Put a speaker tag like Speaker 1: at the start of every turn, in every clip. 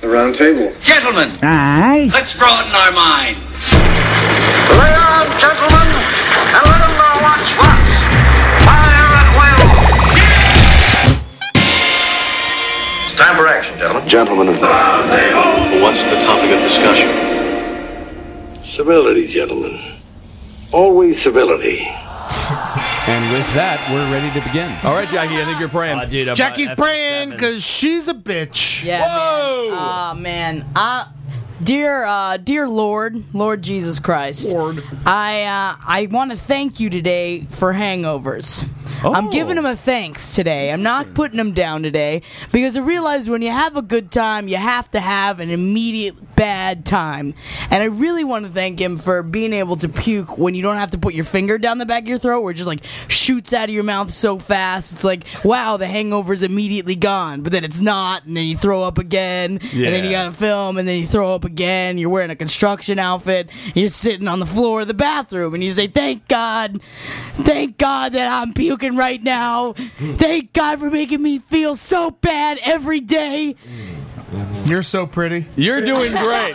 Speaker 1: The round table.
Speaker 2: Gentlemen,
Speaker 3: Aye.
Speaker 2: let's broaden our minds.
Speaker 4: Lay on, gentlemen, and let 'em know what's what. Fire at will. It's time for action, gentlemen.
Speaker 5: Gentlemen of the.
Speaker 6: What's the topic of discussion?
Speaker 5: Civility, gentlemen. Always civility.
Speaker 7: And with that, we're ready to begin.
Speaker 8: All right, Jackie, I think you're praying.
Speaker 9: Oh, dude, I'm
Speaker 10: Jackie's
Speaker 9: on
Speaker 10: praying
Speaker 9: FF7.
Speaker 10: because she's a bitch.
Speaker 11: Yeah.
Speaker 8: Whoa!
Speaker 11: Man. Oh man. I dear uh dear Lord, Lord Jesus Christ.
Speaker 10: Lord.
Speaker 11: I uh I want to thank you today for hangovers. I'm giving them a thanks today. I'm not putting them down today because I realized when you have a good time, you have to have an immediate bad time. And I really want to thank him for being able to puke when you don't have to put your finger down the back of your throat where it just like shoots out of your mouth so fast. It's like, wow, the hangover's immediately gone, but then it's not. And then you throw up again. And then you
Speaker 8: Yeah.
Speaker 11: got to film and then you throw up again. You're wearing a construction outfit. You're sitting on the floor of the bathroom and you say, Thank God. Thank God that I'm puking right now. Thank God for making me feel so bad every day.
Speaker 10: You're so pretty.
Speaker 8: You're doing great.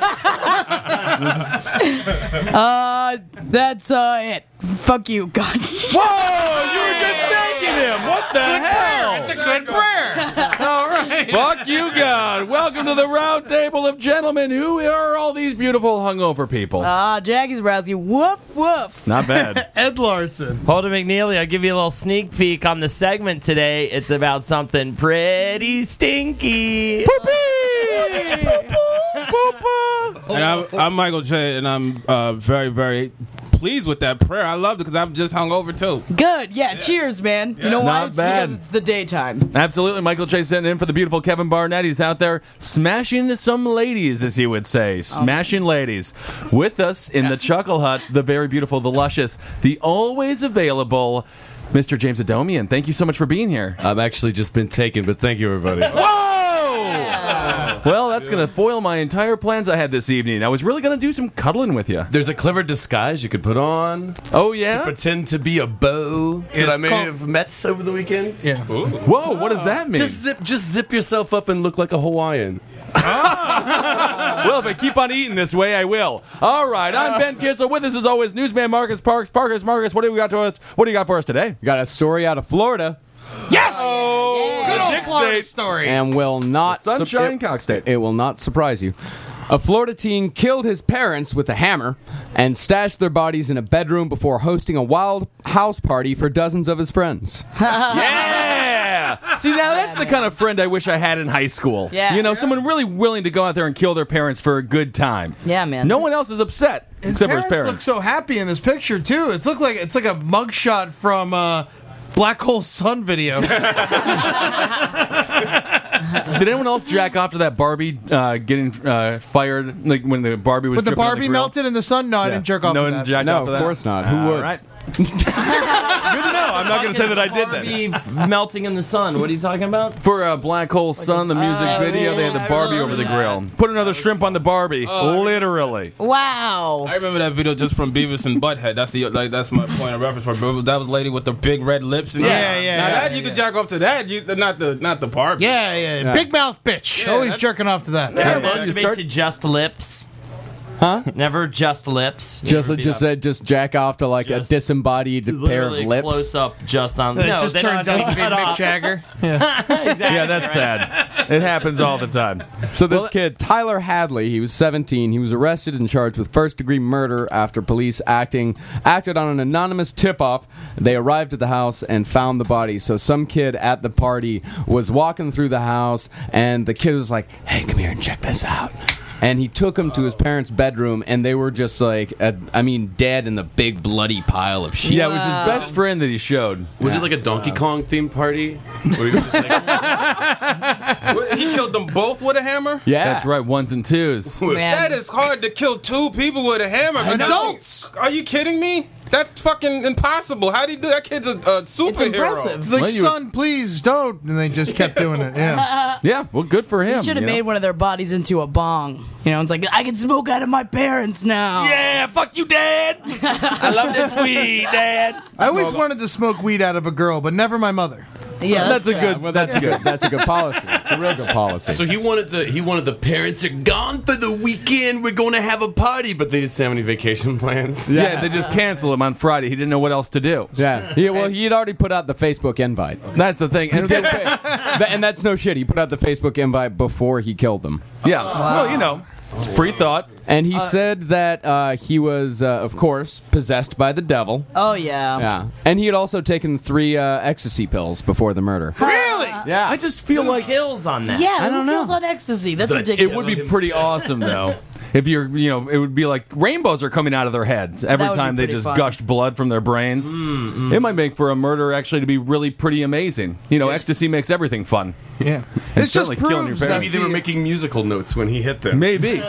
Speaker 11: That's uh, it. Fuck you, God.
Speaker 8: Whoa! You were just thanking him. What the hell?
Speaker 10: It's a good prayer. All right.
Speaker 8: Fuck you, God. Welcome to the round table of gentlemen. Who are all these beautiful hungover people?
Speaker 11: Ah, Jackie Zabrowski. Woof, woof.
Speaker 9: Not bad.
Speaker 10: Ed Larson.
Speaker 9: Holden McNeely, I'll give you a little sneak peek on the segment today. It's about something pretty stinky.
Speaker 12: And
Speaker 8: Oh,
Speaker 12: I'm, I'm Michael Che, and I'm uh, very, very pleased with that prayer. I loved it because I'm just hung over too.
Speaker 11: Good. Yeah, cheers, man. You know why?
Speaker 8: Not
Speaker 11: it's
Speaker 8: bad.
Speaker 11: because it's the daytime.
Speaker 8: Absolutely. Michael Chase sent in for the beautiful Kevin Barnett. He's out there smashing some ladies, as he would
Speaker 10: Um,
Speaker 8: say. Smashing ladies. With us in the Chuckle Hut, the very beautiful, the luscious, the always available Mr. James Adomian. Thank you so much for being here.
Speaker 7: I've actually just been taken, but thank you, everybody.
Speaker 8: Whoa! Well, that's going to foil my entire plans I had this evening. I was really going to do some cuddling with you.
Speaker 7: There's a clever disguise you could put on.
Speaker 8: Oh, yeah?
Speaker 7: Pretend to be a beau that
Speaker 10: It's
Speaker 7: I may
Speaker 10: called-
Speaker 7: have met over the weekend.
Speaker 10: Yeah.
Speaker 8: Whoa, what does that mean?
Speaker 7: Just zip, just zip yourself up and look like a Hawaiian.
Speaker 8: well, if I keep on eating this way, I will. All right, I'm Ben Kissel. With us, as always, newsman Marcus Parks. Parkus, Marcus, what do we got to us? What do you got for us today?
Speaker 9: Got a story out of Florida
Speaker 10: Good old
Speaker 8: Dick
Speaker 10: Florida
Speaker 8: State.
Speaker 10: story.
Speaker 9: and will not
Speaker 8: Sunshine Cock State.
Speaker 9: It will not surprise you. A Florida teen killed his parents with a hammer and stashed their bodies in a bedroom before hosting a wild house party for dozens of his friends.
Speaker 11: Uh-huh.
Speaker 8: Yeah. See, now that's the kind of friend I wish I had in high school.
Speaker 11: Yeah.
Speaker 8: You know, someone really willing to go out there and kill their parents for a good time.
Speaker 11: Yeah, man.
Speaker 8: No one else is upset
Speaker 10: His
Speaker 8: except for
Speaker 10: parents,
Speaker 8: his
Speaker 10: look
Speaker 8: parents.
Speaker 10: so happy in this picture too. It's look like it's like a mugshot from uh, Black Hole Sun video.
Speaker 8: Did anyone else jack off to that Barbie uh, getting uh, fired? Like when the Barbie was
Speaker 10: But the
Speaker 8: dripping on
Speaker 10: Barbie
Speaker 8: grill?
Speaker 10: melted in the sun. No, I didn't jerk off.
Speaker 8: No
Speaker 10: to
Speaker 8: one
Speaker 10: that.
Speaker 8: jacked
Speaker 9: No,
Speaker 8: off to
Speaker 9: of
Speaker 8: that?
Speaker 9: course not. Who
Speaker 8: All
Speaker 9: would?
Speaker 8: right. Good to know. I'm not going to say that I did that.
Speaker 9: melting in the sun. What are you talking about?
Speaker 8: For uh, Black Hole Sun, the music video, they had the Barbie over the grill. Put another shrimp on the Barbie,
Speaker 9: Oh,
Speaker 8: literally.
Speaker 11: Wow.
Speaker 12: I remember that video just from Beavis and Butthead. That's the like that's my point of reference for Beavis. That was lady with the big red lips. And
Speaker 10: Yeah,
Speaker 12: everything.
Speaker 10: yeah,
Speaker 12: Now
Speaker 10: yeah,
Speaker 12: that you
Speaker 10: yeah.
Speaker 12: could jack off to that. You not the not the part.
Speaker 10: Yeah, yeah, Big mouth bitch.
Speaker 12: Yeah,
Speaker 10: Always
Speaker 12: that's-
Speaker 10: jerking off to that.
Speaker 8: Yeah, well, you
Speaker 9: Masturbate
Speaker 8: start-
Speaker 9: to just lips. Huh? Never just lips. Just just uh, just jack off to like a disembodied pair of lips. Close up, just on.
Speaker 10: It just turns out to be Mick Jagger.
Speaker 8: Yeah, that's sad. It happens all the time.
Speaker 9: So this kid, Tyler Hadley, he was 17. He was arrested and charged with first-degree murder after police acting acted on an anonymous tip-off. They arrived at the house and found the body. So some kid at the party was walking through the house, and the kid was like, "Hey, come here and check this out." And he took him to his parents' bedroom, and they were just like, uh, I mean, dead in the big bloody pile of shit.
Speaker 8: Yeah, it was his best friend that he showed.
Speaker 7: Was it like a Donkey Kong themed party? Where you just like,
Speaker 12: What, he killed them both with a hammer.
Speaker 9: Yeah,
Speaker 8: That's right, ones and twos.
Speaker 12: That is hard to kill two people with a hammer. But now-
Speaker 10: Adults!
Speaker 12: Are you kidding me? That's fucking impossible. How do you do that? Kid's a, a superhero.
Speaker 11: It's impressive.
Speaker 10: Like,
Speaker 8: Well, you-
Speaker 10: son, please don't. And they just kept doing it. Yeah.
Speaker 8: Yeah, well, good for him.
Speaker 11: Should have
Speaker 8: you know?
Speaker 11: made one of their bodies into a bong. You know, it's like I can smoke out of my parents now.
Speaker 8: Yeah, fuck you, Dad. I love this weed, Dad.
Speaker 10: I always wanted to smoke weed out of a girl, but never my mother.
Speaker 11: Yeah,
Speaker 8: that's,
Speaker 11: that's
Speaker 8: a
Speaker 11: good.
Speaker 8: good. that's good.
Speaker 9: That's a good policy. It's a real good policy.
Speaker 7: So he wanted the he wanted the parents are gone for the weekend. We're going to have a party, but they didn't have any vacation plans.
Speaker 8: Yeah. they just canceled him on Friday. He didn't know what else to do.
Speaker 9: yeah. yeah. Well, he'd already put out the Facebook invite.
Speaker 8: That's the thing. And, yeah,
Speaker 9: Th- and that's no shit. He put out the Facebook invite before he killed them.
Speaker 8: well, you know, it's free thought.
Speaker 9: And he said that uh, he was, uh, of course, possessed by the devil.
Speaker 11: Oh yeah.
Speaker 9: Yeah. And he had also taken three uh, ecstasy pills before the murder.
Speaker 10: Really?
Speaker 9: Yeah.
Speaker 8: I just feel like
Speaker 1: Hills on that.
Speaker 11: Yeah,
Speaker 9: I
Speaker 11: I
Speaker 9: don't
Speaker 11: who
Speaker 9: know.
Speaker 11: kills on ecstasy? That's ridiculous.
Speaker 8: it would be pretty awesome though. If you're, you know, it would be like rainbows are coming out of their heads every
Speaker 11: That would be
Speaker 8: time they
Speaker 11: pretty
Speaker 8: just
Speaker 11: fun. Mm,
Speaker 8: gushed blood from their brains. It might make for a murder actually to be really pretty amazing. You know, ecstasy makes everything fun.
Speaker 10: Yeah.
Speaker 8: It's
Speaker 10: It's just
Speaker 8: certainly killing your
Speaker 10: proves that
Speaker 7: Maybe they were
Speaker 10: the-
Speaker 7: making musical notes when he hit them.
Speaker 8: Maybe.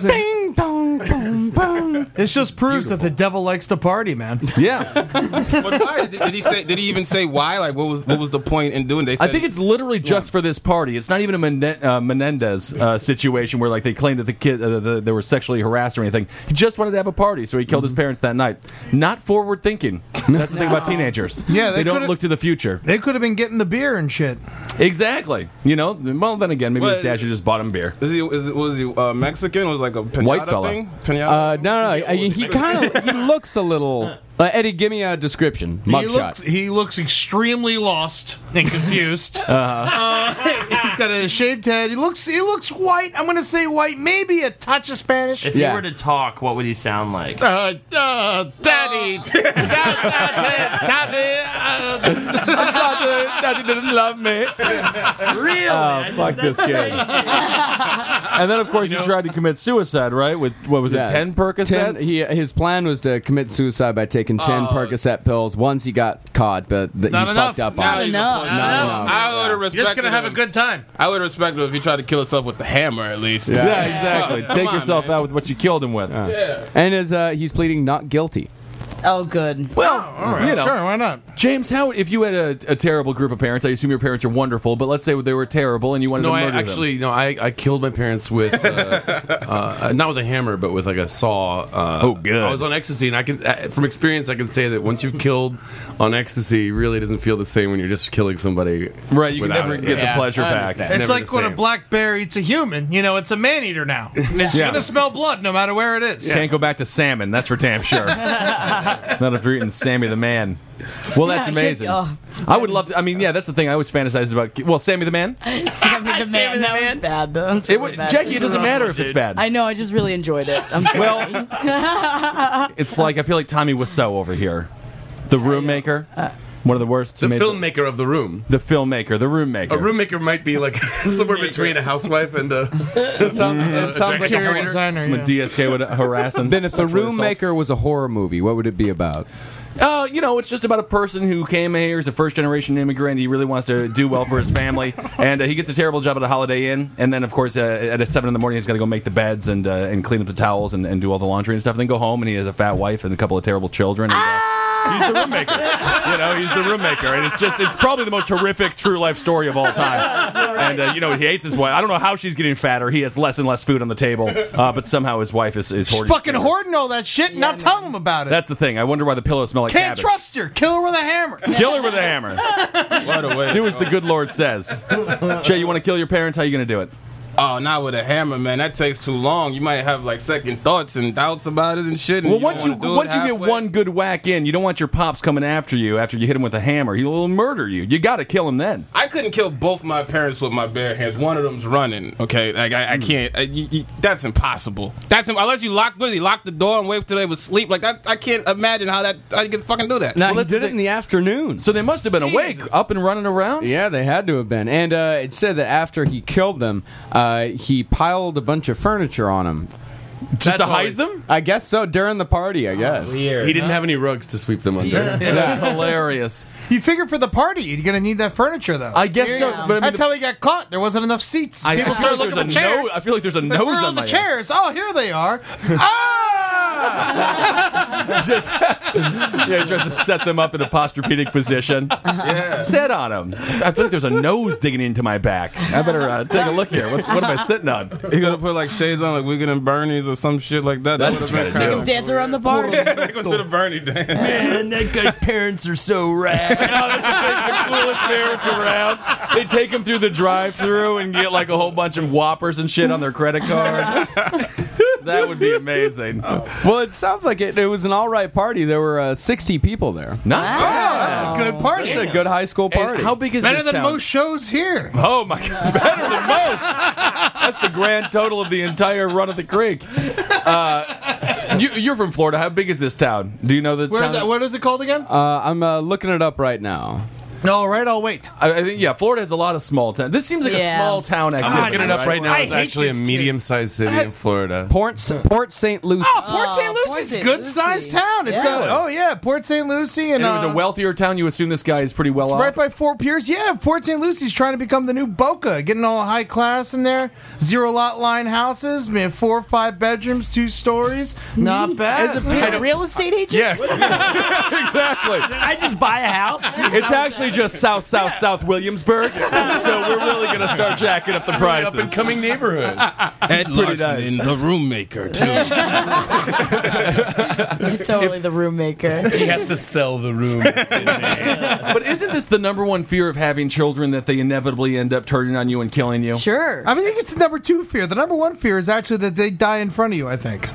Speaker 9: Ding dong boom boom.
Speaker 10: It just proves that the devil likes to party, man.
Speaker 8: yeah.
Speaker 3: But why? Did, did he say? Did he even say why? Like, what was what was the point in doing? They
Speaker 8: I
Speaker 3: said,
Speaker 8: think it's literally just for this party. It's not even a Mene- uh, Menendez uh, situation where like they claimed that the kid uh, the, they were sexually harassed or anything. He just wanted to have a party, so he killed his
Speaker 11: Mm-hmm.
Speaker 8: parents that night. Not forward thinking. That's the thing about teenagers.
Speaker 10: Yeah,
Speaker 8: they,
Speaker 10: they
Speaker 8: don't
Speaker 10: could've-
Speaker 8: look to the future.
Speaker 10: They could have been getting the beer and shit.
Speaker 8: Exactly. You know. Well, then again, maybe
Speaker 3: Well,
Speaker 8: his dad should just bought him beer.
Speaker 3: is he, is, was he uh, Mexican? Was like a pinata
Speaker 8: White fella.
Speaker 3: thing? Pinata?
Speaker 9: Uh, no, no, no. He, kind of he looks a little. Uh, Eddie, give me a description.
Speaker 10: He looks,
Speaker 9: Mugshot.
Speaker 10: he looks extremely lost and confused. Uh, he's got a shaved head. He looks he looks white. I'm gonna say white, maybe a touch of Spanish.
Speaker 1: If
Speaker 9: Yeah.
Speaker 1: he were to talk, what would he sound like?
Speaker 10: Uh, uh, daddy, Da- da- da- daddy, uh,
Speaker 8: Daddy didn't love me.
Speaker 1: Really? I just-
Speaker 8: Fuck this kid. and then, of course, he tried to commit suicide, right? With what was
Speaker 9: Yeah.
Speaker 8: it, ten Percocets? Oh.
Speaker 9: Ten, he, his plan was to commit suicide by taking 10 Percocet pills. Once he got caught, but th- he
Speaker 10: not
Speaker 9: fucked
Speaker 10: enough.
Speaker 9: up
Speaker 3: Now
Speaker 9: on it.
Speaker 3: he's a
Speaker 11: enough.
Speaker 3: plus-
Speaker 10: Not enough.
Speaker 3: I would have
Speaker 10: You're
Speaker 3: respected.
Speaker 10: just gonna have a
Speaker 3: him.
Speaker 10: good time.
Speaker 3: I would have respected him if he tried to kill himself with the hammer, at least.
Speaker 9: Yeah.
Speaker 8: yeah, exactly.
Speaker 3: Come
Speaker 8: Take
Speaker 3: on,
Speaker 8: yourself
Speaker 3: man.
Speaker 8: out with what you killed him with.
Speaker 9: And is, uh, he's pleading not guilty.
Speaker 11: Oh, good.
Speaker 8: Well, you know,
Speaker 10: Sure, why not?
Speaker 8: James, how if you had a, a terrible group of parents? I assume your parents are wonderful, but let's say they were terrible and you wanted
Speaker 7: No,
Speaker 8: to
Speaker 7: I
Speaker 8: murder
Speaker 7: actually no. I, I killed my parents with uh, uh, not with a hammer, but with like a saw. Uh,
Speaker 8: Oh, good.
Speaker 7: I was on ecstasy, and I can uh, from experience I can say that once you've killed on ecstasy, it really doesn't feel the same when you're just killing somebody.
Speaker 8: them. right. You can
Speaker 7: without
Speaker 8: never
Speaker 7: it.
Speaker 8: get
Speaker 7: Yeah.
Speaker 8: the pleasure
Speaker 9: I
Speaker 8: back.
Speaker 9: understand.
Speaker 10: It's
Speaker 7: never
Speaker 10: like
Speaker 7: the
Speaker 10: when a
Speaker 7: same.
Speaker 10: black bear eats a human. You know, it's a man eater now. It's
Speaker 8: Yeah.
Speaker 10: gonna smell blood no matter where it is.
Speaker 8: Can't go back to salmon. That's for damn sure. Not if you're eating Sammy the Man. Well, that's
Speaker 11: Yeah, oh,
Speaker 8: amazing.
Speaker 11: I can't-
Speaker 8: I would love to. I mean, yeah, that's the thing. I always fantasized about. Well, Sammy the Man.
Speaker 11: Sammy the man. That was bad. though. That was
Speaker 8: It
Speaker 11: really
Speaker 8: would,
Speaker 11: bad.
Speaker 8: Jackie, it doesn't matter if it's bad.
Speaker 11: I know. I just really enjoyed it. I'm sorry.
Speaker 8: Well, it's like I feel like Tommy Wiseau over here, the room maker,
Speaker 9: Uh,
Speaker 8: one of the worst.
Speaker 7: The
Speaker 8: made-
Speaker 7: filmmaker of the room.
Speaker 8: the filmmaker, the room maker.
Speaker 7: A room maker might be like somewhere between a housewife and a.
Speaker 9: It sounds,
Speaker 8: Mm-hmm.
Speaker 9: it sounds like a horror.
Speaker 10: designer.
Speaker 8: From a DSK would harass him.
Speaker 9: Then if the room maker was a horror movie, what would it be about?
Speaker 8: uh, you know, it's just about a person who came here as a first generation immigrant. He really wants to do well for his family, and uh, he gets a terrible job at a Holiday Inn. And then, of course, uh, at uh, seven in the morning, he's got to go make the beds and uh, and clean up the towels and, and do all the laundry and stuff. And then go home, and he has a fat wife and a couple of terrible children. And, uh,
Speaker 10: Ah!
Speaker 8: he's the room maker. You know, he's the room maker, and it's just it's probably the most horrific true life story of all time. And uh, you know, he hates his wife. I don't know how she's getting fatter. He has less and less food on the table, uh, but somehow his wife is is
Speaker 10: She's
Speaker 8: hoarding
Speaker 10: fucking
Speaker 8: cigarettes.
Speaker 10: hoarding all that shit and not telling him about it.
Speaker 8: That's the thing. I wonder why the pillows smell like
Speaker 10: Can't
Speaker 8: cabbage.
Speaker 10: trust her. Kill her with a hammer.
Speaker 8: Kill her with a hammer.
Speaker 3: What a way.
Speaker 8: Do as the good Lord says. Jay, you want to kill your parents? How you going to do it?
Speaker 3: Oh, not with a hammer, man. That takes too long. You might have like second thoughts and doubts about it and shit. and
Speaker 8: Well,
Speaker 3: don't
Speaker 8: once you
Speaker 3: wanna do it
Speaker 8: once you get
Speaker 3: halfway.
Speaker 8: one good whack in, you don't want your pops coming after you after you hit him with a hammer. He will murder you. You got to kill him then.
Speaker 3: I couldn't kill both my parents with my bare hands. One of them's running. Okay, like I,
Speaker 8: Hmm.
Speaker 3: I can't. I, you, you- that's impossible. That's im- unless you lock busy, lock the door and wait till they was sleep. Like I, I can't imagine how that I could fucking do that.
Speaker 9: Now,
Speaker 8: Well,
Speaker 9: he
Speaker 8: that's the
Speaker 9: did it
Speaker 8: thing.
Speaker 9: in the afternoon.
Speaker 8: So they must have been awake, up and running around.
Speaker 9: Yeah, they had to have been. And uh, it said that after he killed them, uh, he piled a bunch of furniture on them.
Speaker 8: just to hide
Speaker 3: always-
Speaker 8: them?
Speaker 9: I guess so during the party, I guess.
Speaker 1: Weird.
Speaker 7: He didn't have any rugs to sweep them under.
Speaker 8: That's hilarious.
Speaker 10: You figure for the party, you're gonna need that furniture though.
Speaker 8: I guess so, but I mean,
Speaker 10: That's
Speaker 8: the-
Speaker 10: how he got caught. There wasn't enough seats.
Speaker 8: I, I
Speaker 10: People
Speaker 8: feel
Speaker 10: started
Speaker 8: like
Speaker 10: looking
Speaker 8: there's
Speaker 10: for
Speaker 8: a
Speaker 10: chairs.
Speaker 8: nose. I feel like there's a
Speaker 10: Like,
Speaker 8: nose
Speaker 10: where are
Speaker 8: on my
Speaker 10: the
Speaker 8: head.
Speaker 10: chairs? Oh, here they are. ah!
Speaker 8: just yeah, just to set them up in a posturpedic position.
Speaker 3: Uh-huh.
Speaker 8: Yeah. Sit on them. I feel like there's a nose digging into my back. I better uh, take a look here. What's what am I sitting on?
Speaker 3: He gonna put like shades on, like Wigan and Bernie's or some shit like that.
Speaker 8: That's
Speaker 3: that
Speaker 8: what you gotta
Speaker 3: kinda-
Speaker 11: Dance around the bar.
Speaker 3: Go to the Bernie dance.
Speaker 1: Man, that guy's parents are so rad.
Speaker 8: the coolest parents around. They take them through the drive-through and get like a whole bunch of whoppers and shit on their credit card. that would be amazing.
Speaker 9: Well, it sounds like it, it was an all right party. There were uh, 60 people there.
Speaker 8: Nice.
Speaker 11: Ah.
Speaker 10: that's a good party.
Speaker 9: It's a good high school party.
Speaker 8: how big is
Speaker 10: Better
Speaker 8: this
Speaker 10: than
Speaker 8: town?
Speaker 10: most shows here.
Speaker 8: Oh my god, better than most. That's the grand total of the entire run of the creek. Uh, you, you're from Florida. How big is this town? Do you know the
Speaker 10: Where
Speaker 8: town?
Speaker 10: is that? What is it called again?
Speaker 9: Uh, I'm uh, looking it up right now.
Speaker 10: No, right. I'll wait.
Speaker 8: I, I think yeah, Florida has a lot of small towns. This seems like a
Speaker 10: Yeah.
Speaker 8: small town
Speaker 10: God,
Speaker 8: activity.
Speaker 10: looking it up right now. I
Speaker 7: It's
Speaker 10: hate
Speaker 7: actually a
Speaker 10: this kid.
Speaker 7: medium-sized city in Florida.
Speaker 9: Port Port St. Lucie.
Speaker 10: Oh, Port St.
Speaker 11: Port
Speaker 10: Lucie's a
Speaker 11: St.
Speaker 10: good sized
Speaker 11: Lucie.
Speaker 10: town. It's
Speaker 8: Yeah.
Speaker 10: uh oh yeah, Port St. Lucie
Speaker 8: And
Speaker 10: and,
Speaker 8: it was
Speaker 10: uh,
Speaker 8: a wealthier town. You assume this guy is pretty well
Speaker 10: it's
Speaker 8: off.
Speaker 10: right by Fort Pierce. Yeah, Fort St. Lucie's trying to become the new Boca, getting all high class in there. Zero lot line houses, man, four or five bedrooms, two stories. Not bad.
Speaker 11: Are you a real estate agent?
Speaker 8: exactly.
Speaker 1: I just buy a house.
Speaker 8: It's actually just south, south, south Williamsburg. So we're really going to start jacking up the prices.
Speaker 7: Up and coming neighborhood.
Speaker 3: Ed
Speaker 8: pretty
Speaker 3: Larson
Speaker 8: nice.
Speaker 3: in the room maker too.
Speaker 11: You're totally the room maker.
Speaker 7: He has to sell the room.
Speaker 8: But isn't this the number one fear of having children that they inevitably end up turning on you and killing you?
Speaker 11: Sure.
Speaker 10: I mean, I think it's the number two fear. The number one fear is actually that they die in front of you. I think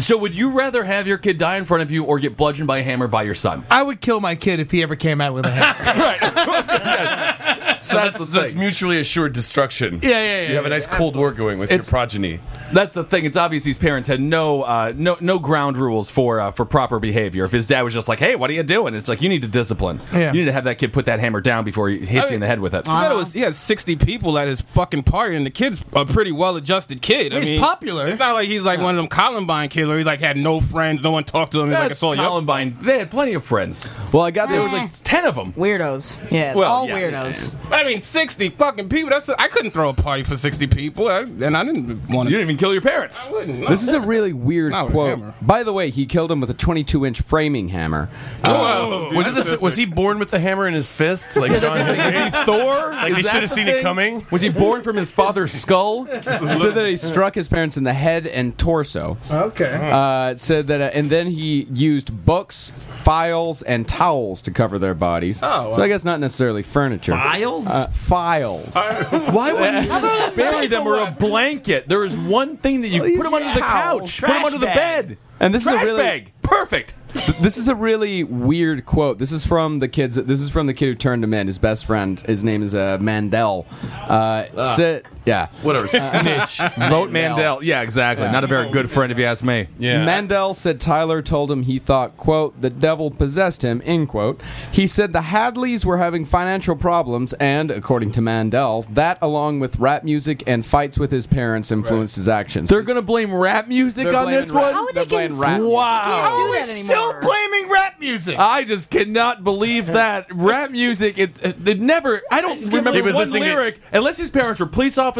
Speaker 8: So would you rather have your kid die in front of you or get bludgeoned by a hammer by your son?
Speaker 10: I would kill my kid if he ever came out with a hammer.
Speaker 7: So that's, that's, mutually assured destruction.
Speaker 10: Yeah, yeah, yeah,
Speaker 7: You have a nice Cold War going with your progeny.
Speaker 8: That's the thing. It's obvious these parents had no uh, no no ground rules for uh, for proper behavior. If his dad was just like, "Hey, what are you doing?" It's like you need to discipline.
Speaker 10: Yeah.
Speaker 8: You need to have that kid put that hammer down before he hits
Speaker 3: I
Speaker 8: you in the head with it.
Speaker 3: I thought it was he had sixty people at his fucking party, and the kid's a pretty well-adjusted kid. I
Speaker 10: He's
Speaker 3: mean,
Speaker 10: popular.
Speaker 3: It's not like he's like one of them Columbine kids where he's like had no friends, no one talked to him. He's like, I
Speaker 8: That's
Speaker 3: saw you.
Speaker 8: Columbine. They had plenty of friends.
Speaker 9: Well, I got
Speaker 8: There was
Speaker 9: this.
Speaker 1: Eh.
Speaker 8: like ten of them.
Speaker 11: Weirdos. Yeah,
Speaker 8: Well,
Speaker 11: all
Speaker 8: yeah.
Speaker 11: weirdos.
Speaker 3: I mean, sixty fucking people. That's I couldn't throw a party for sixty people, I, and I didn't want
Speaker 8: You
Speaker 3: to.
Speaker 8: didn't even kill your parents.
Speaker 9: This is a really weird
Speaker 3: Not with hammer.
Speaker 9: quote. By the way, he killed him with a 22 inch framing hammer.
Speaker 8: Oh.
Speaker 7: Was it this, was he born with the hammer in his fist, like John? Hinckley?
Speaker 8: Thor?
Speaker 7: Like, they
Speaker 8: Is that
Speaker 7: should have
Speaker 8: the
Speaker 7: seen it
Speaker 8: thing?
Speaker 7: coming.
Speaker 8: Was he born from his father's skull?
Speaker 9: It said that he struck his parents in the head and torso.
Speaker 10: okay.
Speaker 9: Uh, it said that, uh, and then he used books, files, and towels to cover their bodies.
Speaker 3: Oh,
Speaker 9: so I guess not necessarily furniture.
Speaker 1: Files?
Speaker 9: Uh, files.
Speaker 8: Why wouldn't you just bury them or a blanket? There is one thing that you put them under the
Speaker 1: towel,
Speaker 8: couch, put them
Speaker 1: trash
Speaker 8: under the
Speaker 1: bag.
Speaker 8: bed.
Speaker 9: And this is a
Speaker 8: trash
Speaker 9: really-
Speaker 8: bag. Perfect.
Speaker 9: Th- this is a really weird quote. This is from the kids. This is from the kid who turned him in. His best friend. His name is uh, Mandel. Uh, said- yeah. Uh,
Speaker 7: Whatever. Snitch.
Speaker 8: Vote Mandel. Yeah, exactly. Not a very good friend, if you ask me.
Speaker 7: Yeah.
Speaker 9: Mandel said Tyler told him he thought, quote, the devil possessed him, end quote. He said the Hadleys were having financial problems, and, according to Mandel, that along with rap music and fights with his parents influenced his actions.
Speaker 8: They're gonna blame rap music
Speaker 9: They're
Speaker 8: on
Speaker 9: blaming
Speaker 8: this
Speaker 9: rap-
Speaker 8: one.
Speaker 11: How would
Speaker 9: they're
Speaker 11: they
Speaker 9: playing
Speaker 11: get-
Speaker 9: rap.
Speaker 8: Wow.
Speaker 11: do
Speaker 10: We're
Speaker 11: that
Speaker 10: still
Speaker 11: anymore.
Speaker 10: blaming rap music.
Speaker 8: I just cannot believe that rap music. It, it never. I don't remember
Speaker 7: Uh-huh. He was
Speaker 8: one
Speaker 7: listening to-
Speaker 8: lyric unless his parents were police officers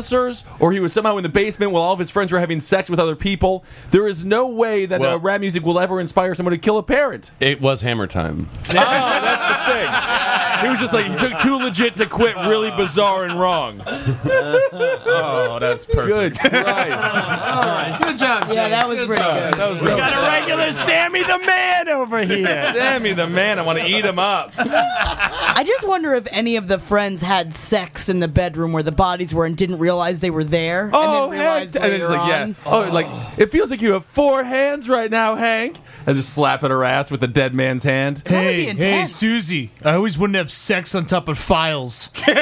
Speaker 8: or he was somehow in the basement while all of his friends were having sex with other people. There is no way that
Speaker 7: Well-
Speaker 8: uh, rap music will ever inspire someone to kill a parent.
Speaker 7: It was hammer time.
Speaker 8: oh, that's the thing. He was just like he took too legit to quit. Really bizarre and wrong.
Speaker 3: Oh, that's perfect.
Speaker 8: Good Christ.
Speaker 10: Good job, James.
Speaker 11: Yeah, that was
Speaker 10: Good
Speaker 11: pretty
Speaker 10: job.
Speaker 11: good.
Speaker 3: That was real.
Speaker 1: Got a regular Sammy the Man over here.
Speaker 8: Sammy the man, I want to eat him up.
Speaker 11: I just wonder if any of the friends had sex in the bedroom where the bodies were and didn't realize they were there.
Speaker 8: Oh,
Speaker 11: and then realized
Speaker 8: Hank! And then
Speaker 11: later
Speaker 8: it's like, yeah.
Speaker 11: on.
Speaker 8: Oh, like it feels like you have four hands right now, Hank. And just slapping her ass with the dead man's hand.
Speaker 11: That would be
Speaker 10: Hey, hey,
Speaker 11: intense.
Speaker 10: Susie! I always wouldn't have sex on top of files.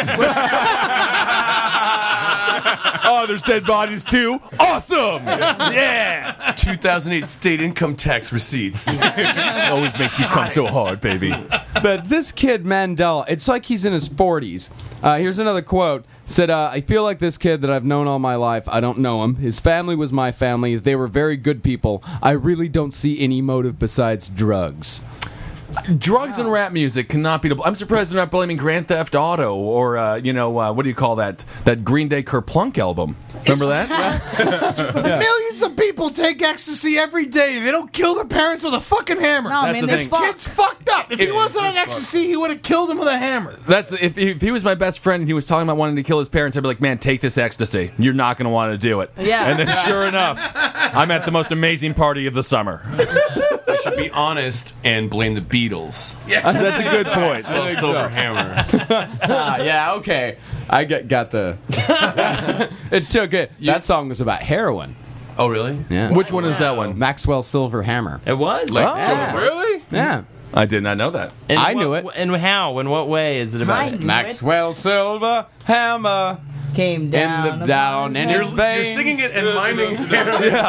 Speaker 8: Oh, there's dead bodies too. Awesome. Yeah.
Speaker 7: 2008 state income tax receipts.
Speaker 8: Always makes me come so hard, baby.
Speaker 9: But this kid Mandel, it's like he's in his 40s. Uh, here's another quote. Said, uh, I feel like this kid that I've known all my life. I don't know him. His family was my family. They were very good people. I really don't see any motive besides drugs.
Speaker 8: drugs and rap music cannot be. To, bl- I'm surprised they're not blaming Grand Theft Auto or uh, you know uh, what do you call that that Green Day Kerplunk album? Remember that?
Speaker 10: Millions of people take ecstasy every day, and they don't kill their parents with a fucking hammer.
Speaker 8: No, That's man, the
Speaker 10: this
Speaker 8: it's thing. fucked.
Speaker 10: kid's fucked up. If he
Speaker 8: It-
Speaker 10: wasn't
Speaker 8: it's
Speaker 10: on ecstasy, he would have killed him with a hammer.
Speaker 8: That's if, if he was my best friend and he was talking about wanting to kill his parents, I'd be like, "Man, take this ecstasy. You're not going to want to do it."
Speaker 7: Yeah.
Speaker 8: And then, sure enough, I'm at the most amazing party of the summer.
Speaker 7: I should be honest and blame the Beatles.
Speaker 8: Yeah. That's a good point.
Speaker 7: As well as Silver Hammer.
Speaker 9: Ah, yeah, okay. I got, got the. it's so good. that song was about heroin.
Speaker 7: Oh, really?
Speaker 9: Yeah.
Speaker 8: Which one is that one?
Speaker 9: Maxwell Silver Hammer.
Speaker 13: It was?
Speaker 3: Oh.
Speaker 9: Really? Yeah.
Speaker 8: I did not know that.
Speaker 9: I knew it.
Speaker 13: And how? In what way is it about?
Speaker 9: I
Speaker 13: it?
Speaker 9: knew it. Maxwell Silver Hammer
Speaker 11: came
Speaker 9: down in the down in
Speaker 13: You're-
Speaker 9: his
Speaker 13: you're
Speaker 9: veins.
Speaker 13: singing
Speaker 7: it and miming.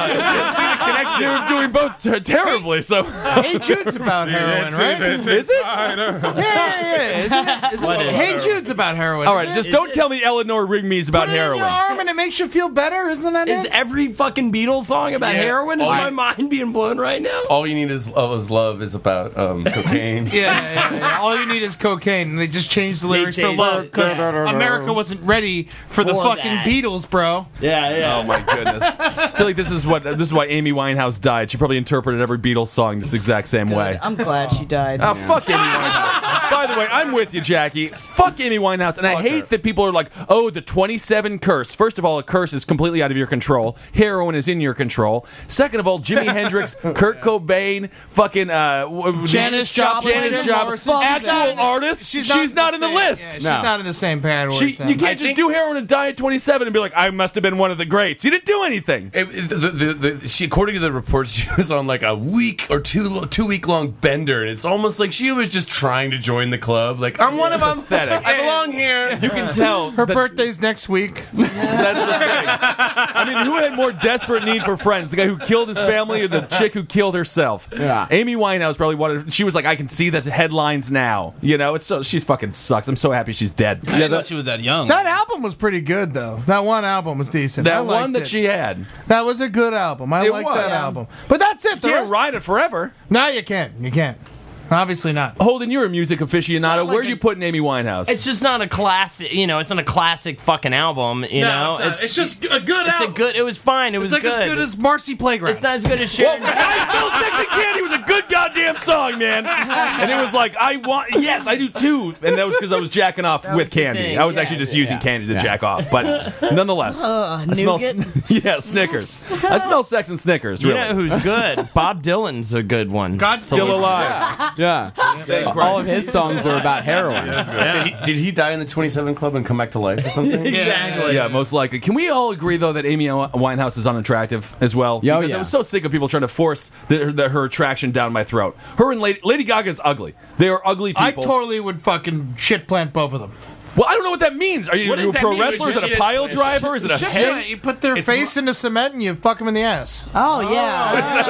Speaker 8: connection. You're doing both ter- terribly. So
Speaker 10: Hey Jude's about heroin, right?
Speaker 8: Is it?
Speaker 10: Yeah, yeah, yeah. Isn't it? Isn't
Speaker 8: What
Speaker 10: it?
Speaker 8: is
Speaker 10: hey
Speaker 8: heroin?
Speaker 10: Jude's about heroin.
Speaker 8: All right,
Speaker 10: isn't
Speaker 8: just
Speaker 10: it?
Speaker 8: don't tell me Eleanor Rigby is about
Speaker 10: Put it in
Speaker 8: heroin.
Speaker 10: your arm and it makes you feel better, isn't that
Speaker 13: Is
Speaker 10: it?
Speaker 13: every fucking Beatles song about
Speaker 7: Yeah.
Speaker 13: heroin? Is
Speaker 7: Oh, I-
Speaker 13: my mind being blown right now?
Speaker 7: All you need is love is love is about um, cocaine.
Speaker 10: Yeah, yeah, yeah, yeah. All you need is cocaine, and they just changed the
Speaker 7: They
Speaker 10: lyrics for
Speaker 7: changed
Speaker 10: love
Speaker 7: it.
Speaker 10: because
Speaker 7: Yeah.
Speaker 10: America wasn't ready for the
Speaker 7: For
Speaker 10: fucking
Speaker 7: that.
Speaker 10: Beatles, bro.
Speaker 13: Yeah,
Speaker 8: yeah. Oh my goodness! I feel like this is what this is why Amy Winehouse died. She probably interpreted every Beatles song this exact same way.
Speaker 11: I'm glad she died.
Speaker 8: Oh, fuck Amy Winehouse. By the way, I'm with you, Jackie. Fuck Amy Winehouse. And I hate that people are like, oh, the 27 curse. First of all, a curse is completely out of your control. Heroin is in your control. Second of all, Jimi Hendrix, Kurt Cobain, fucking uh, w-
Speaker 10: Janis Joplin,
Speaker 8: Janis
Speaker 10: Jim
Speaker 8: Joplin.
Speaker 10: Morrison, she's not in
Speaker 8: Actual
Speaker 10: the-
Speaker 8: artist. She's
Speaker 10: she's
Speaker 8: not,
Speaker 10: not
Speaker 8: in
Speaker 10: in
Speaker 8: the,
Speaker 10: the same-
Speaker 8: list.
Speaker 10: yeah, she's not in the same category.
Speaker 8: She, you can't just do heroin and die at 27 and be like, I must have been one of the greats. You didn't do anything.
Speaker 7: It- the, the, the, she, according to the reports, she was on like a week or two lo- two week long bender, and it's almost like she was just trying to join the club. Like I'm one of them.
Speaker 8: Pathetic.
Speaker 7: I belong here.
Speaker 8: You can tell
Speaker 10: Her birthday's next week.
Speaker 8: I mean, who had more desperate need for friends? The guy who killed his family or the chick who killed herself? Yeah. Amy Winehouse probably wanted. She was like, I can see the headlines now. You know, it's so she's fucking sucks. I'm so happy she's dead.
Speaker 3: I didn't know she was that young.
Speaker 10: That album was pretty good, though. That one album was decent.
Speaker 8: That
Speaker 10: I liked
Speaker 8: one that
Speaker 10: it.
Speaker 8: she had.
Speaker 10: That was a good album. I
Speaker 8: It
Speaker 10: like
Speaker 8: was.
Speaker 10: that album. But that's it. The
Speaker 8: Can't
Speaker 10: rest-
Speaker 8: ride it forever.
Speaker 10: No, you can't. You can't. Obviously not.
Speaker 8: Holden, you're a music aficionado. Where are you putting Amy Winehouse?
Speaker 13: It's just not a classic, you know. It's not a classic fucking album, you
Speaker 10: No,
Speaker 13: know.
Speaker 10: it's not. It's just a good
Speaker 13: It's
Speaker 10: album.
Speaker 13: a good. It was fine. It was
Speaker 10: like as good as Marcy Playground.
Speaker 13: It's not as good as Sharon.
Speaker 8: I still sexy candy was a good goddamn song, man. and it was like, I want, yes, I do too. And that was because I was jacking off with candy.
Speaker 13: thing,
Speaker 8: I was
Speaker 13: yeah,
Speaker 8: actually just
Speaker 13: yeah.
Speaker 8: using candy to jack off, but nonetheless,
Speaker 13: Uh,
Speaker 8: I smell,
Speaker 13: nougat?
Speaker 8: yeah, Snickers. I smell sex and Snickers.
Speaker 13: you
Speaker 8: Really,
Speaker 13: know who's good? Bob Dylan's a good one.
Speaker 8: God's still alive.
Speaker 9: Yeah.
Speaker 8: All of his
Speaker 9: songs are about heroin.
Speaker 7: Did, he, did he die in the 27 Club and come back to life or something?
Speaker 8: Exactly. Yeah, most likely. Can we all agree though that Amy Winehouse is unattractive as well?
Speaker 9: Yeah, oh,
Speaker 8: Because
Speaker 9: yeah.
Speaker 8: I was so sick of people trying to force the, the, her attraction down my throat. Her and Lady, Lady Gaga's ugly. They are ugly people.
Speaker 10: I totally would fucking shit plant both of them.
Speaker 8: Well, I don't know what that means. Are you,
Speaker 10: What
Speaker 8: are you a
Speaker 10: does that
Speaker 8: pro
Speaker 10: mean?
Speaker 8: wrestler? Is it a
Speaker 10: Shit.
Speaker 8: pile driver? Is it a
Speaker 10: Shit,
Speaker 8: head?
Speaker 10: You put their face in the cement and you fuck them in the ass.
Speaker 11: Oh yeah.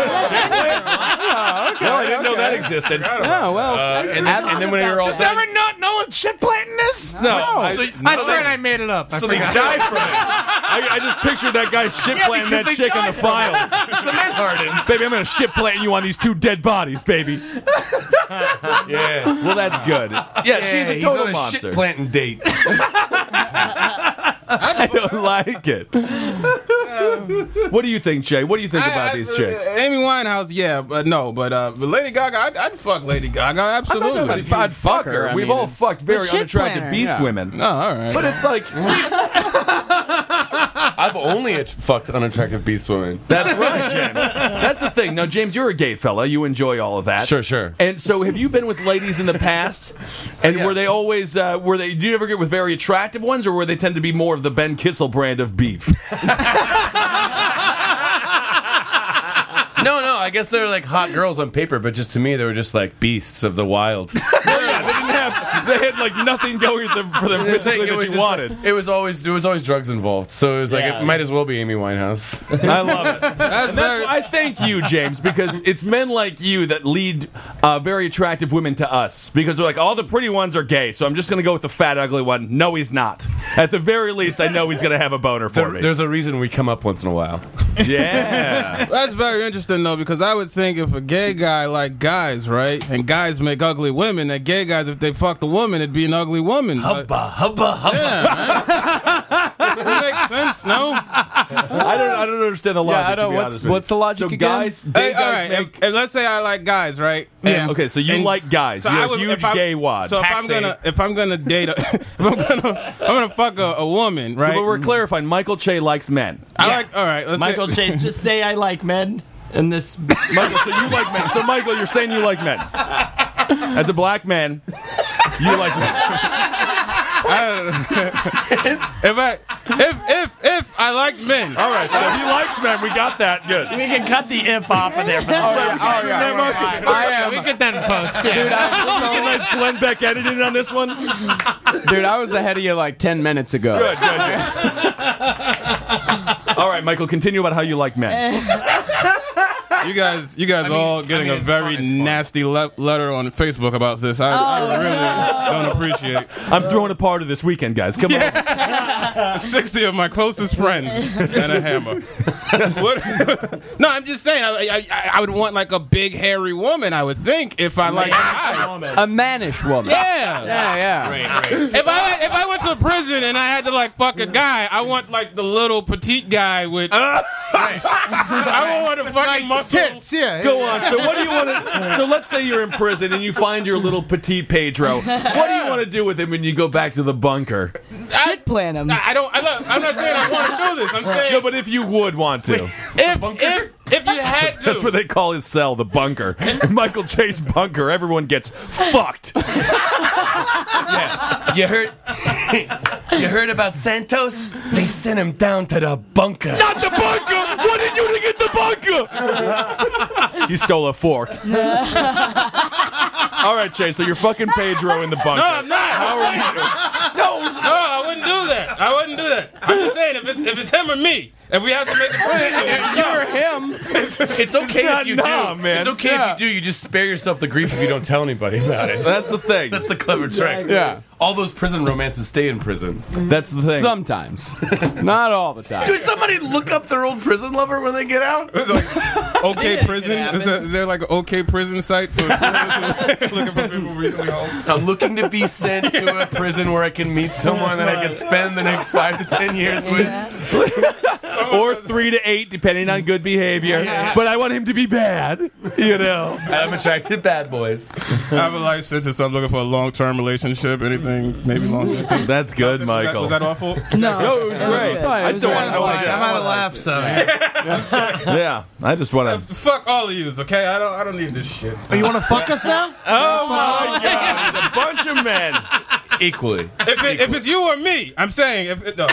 Speaker 8: No, I didn't know that existed.
Speaker 9: Oh well.
Speaker 7: and, then, and then when they were all
Speaker 10: Does everyone not know what shit planting is?
Speaker 8: No. I-
Speaker 10: So-
Speaker 8: no.
Speaker 10: I swear I made it up. I
Speaker 8: so they
Speaker 10: forgot.
Speaker 8: died from it. I, I just pictured that guy shit
Speaker 10: Yeah,
Speaker 8: planting that
Speaker 10: because they
Speaker 8: chick on the
Speaker 10: died from
Speaker 8: files.
Speaker 10: it. Cement hardens.
Speaker 8: Baby, I'm gonna shit plant you on these two dead bodies, baby.
Speaker 7: yeah.
Speaker 8: Well, that's good. Yeah, she's a
Speaker 7: he's
Speaker 8: total
Speaker 7: on
Speaker 8: monster.
Speaker 7: Shit planting date.
Speaker 8: I don't like it. what do you think, Jay? What do you think about these chicks?
Speaker 3: Uh, Amy Winehouse, yeah, but no, but uh, but Lady Gaga, I'd, I'd fuck Lady Gaga, absolutely.
Speaker 8: talking about if you'd fuck her. We've all fucked very
Speaker 3: But shit
Speaker 8: unattractive
Speaker 3: planner.
Speaker 8: beast
Speaker 3: Yeah.
Speaker 8: women.
Speaker 3: No, all right.
Speaker 8: But it's like
Speaker 7: I've only att- fucked unattractive beast women.
Speaker 8: That's right, James. That's the thing. Now, James, you're a gay fella. You enjoy all of that.
Speaker 7: Sure, sure.
Speaker 8: And so, have you been with ladies in the past? And were they always uh, were they? Do you ever get with very attractive ones, or were they tend to be more of the Ben Kissel brand of beef?
Speaker 7: No, no. I guess they're like hot girls on paper, but just to me, they were just like beasts of the wild.
Speaker 8: they didn't have they had like nothing going for them, for them
Speaker 7: It's like-
Speaker 8: physically
Speaker 7: it was
Speaker 8: that you
Speaker 7: just like-
Speaker 8: wanted.
Speaker 7: it was always there was always drugs involved, so it was like
Speaker 8: Yeah.
Speaker 7: it might as well be Amy Winehouse.
Speaker 8: I love it. And that's why I thank you, James, because it's men like you that lead uh, very attractive women to us. Because they're like, all the pretty ones are gay, so I'm just going to go with the fat, ugly one. No, he's not. At the very least, I know he's going to have a boner for me.
Speaker 7: There's a reason we come up once in a while.
Speaker 8: Yeah.
Speaker 3: That's very interesting though, because I would think if a gay guy like guys, right, and guys make ugly women, that gay guys, if they fucked a woman, it'd be an ugly woman. Hubba,
Speaker 7: hubba, hubba.
Speaker 3: makes sense, no?
Speaker 8: I don't, I don't understand the logic.
Speaker 3: Yeah, I don't-
Speaker 8: to be
Speaker 3: what's-
Speaker 8: honest with
Speaker 3: what's
Speaker 8: you.
Speaker 3: the logic
Speaker 8: So
Speaker 3: again?
Speaker 8: guys, gay
Speaker 3: Hey, all
Speaker 8: guys
Speaker 3: right,
Speaker 8: make-
Speaker 3: if- if- let's say I like guys, right? And-
Speaker 8: Okay, so you
Speaker 3: and-
Speaker 8: like guys.
Speaker 3: so
Speaker 8: You're
Speaker 3: I
Speaker 8: a
Speaker 3: would-
Speaker 8: huge
Speaker 3: if I-
Speaker 8: gay wad.
Speaker 3: So if I'm
Speaker 8: Taxi.
Speaker 3: gonna if I'm gonna date a if I'm gonna I'm gonna fuck a, a woman, right?
Speaker 8: So, but we're clarifying. Michael Che likes men.
Speaker 3: I like all right. Let's
Speaker 13: Michael
Speaker 3: say,
Speaker 13: Chase, just say I like men.
Speaker 8: And this, Michael. So you like men. So Michael, you're saying you like men. As a black man, you like men.
Speaker 3: if I if if if I like men.
Speaker 8: All right. So if he likes men, we got that. Good.
Speaker 13: We can cut the if off of there. For the
Speaker 8: Oh, yeah, oh,
Speaker 13: whole-
Speaker 8: yeah,
Speaker 13: Marcus.
Speaker 8: yeah. I am-
Speaker 13: We get that in post. Yeah.
Speaker 8: Dude, I'm so- Let's Glenn Beck edit it on this one.
Speaker 9: Dude, I was ahead of you like 10 minutes ago.
Speaker 8: Good, good, good. All right, Michael, continue about how you like men. Oh.
Speaker 3: You guys, you guys
Speaker 8: mean-
Speaker 3: all getting
Speaker 8: I mean,
Speaker 3: a
Speaker 8: it's
Speaker 3: very nasty le- letter on Facebook about this. I, I really don't appreciate.
Speaker 8: I'm throwing a party this weekend, guys. Come
Speaker 3: on. Sixty of my closest friends and a hammer. What? no, I'm just saying. I, I, I would want like a big hairy woman. I would think if I like guys.
Speaker 9: A mannish woman.
Speaker 3: Yeah.
Speaker 9: Yeah, yeah.
Speaker 3: If I if I went to prison and I had to like fuck a guy, I want like the little petite guy with. I want to fucking muscle.
Speaker 10: Tits, yeah.
Speaker 8: Go on. So what do you want to? So let's say you're in prison and you find your little petite Pedro. What do you want to do with him when you go back to the bunker?
Speaker 11: Shit plan him.
Speaker 3: I don't. I look, I'm not saying I want to do this. I'm saying
Speaker 8: No, but if you would want to,
Speaker 3: if, if if you had
Speaker 8: that's what they call his cell, the bunker. Michael Chase bunker. Everyone gets fucked.
Speaker 7: You heard You heard about Santos? They sent him down to the bunker.
Speaker 8: Not the bunker! What did you think at the bunker? You stole a fork. All right, Chase. So you're fucking Pedro in the bunker.
Speaker 3: No, I'm not. How are you? No, no, I wouldn't do that. I wouldn't do that. I'm just saying if it's if it's him or me, if we have to make a
Speaker 9: decision,
Speaker 3: you're him. It's,
Speaker 7: It's okay
Speaker 3: not
Speaker 7: if you
Speaker 3: nah,
Speaker 7: do.
Speaker 3: man.
Speaker 7: It's okay
Speaker 3: Yeah.
Speaker 7: if you do. You just spare yourself the grief if you don't tell anybody about it.
Speaker 8: That's the thing.
Speaker 7: That's the clever trick.
Speaker 9: Exactly. Yeah.
Speaker 7: All those prison romances stay in prison.
Speaker 8: That's the thing.
Speaker 9: Sometimes. Not all the time.
Speaker 7: Could somebody look up their old prison lover when they get out?
Speaker 3: Okay, prison. Is, there- is there like an okay prison site for looking for people recently home?
Speaker 7: I'm looking to be sent to a prison where I can meet someone that I can spend the next five to ten years with.
Speaker 8: or three to eight, depending on good behavior. But I want him to be bad, you know.
Speaker 7: I'm attracted to bad boys.
Speaker 3: I have a life sentence. I'm looking for a long term relationship. Anything maybe long. Was
Speaker 8: That's good,
Speaker 3: that,
Speaker 8: Michael.
Speaker 3: was that awful?
Speaker 11: No.
Speaker 8: no, it was great. I still want. I want you.
Speaker 10: I'm out of laughs, so.
Speaker 8: Yeah, I just want to.
Speaker 3: Fuck all of yous, okay? I don't. I don't need this shit.
Speaker 10: Oh, You want to fuck us now?
Speaker 8: Oh my god, it's a bunch of men.
Speaker 7: Equally.
Speaker 3: If, it, if it's you or me, I'm saying if it, no.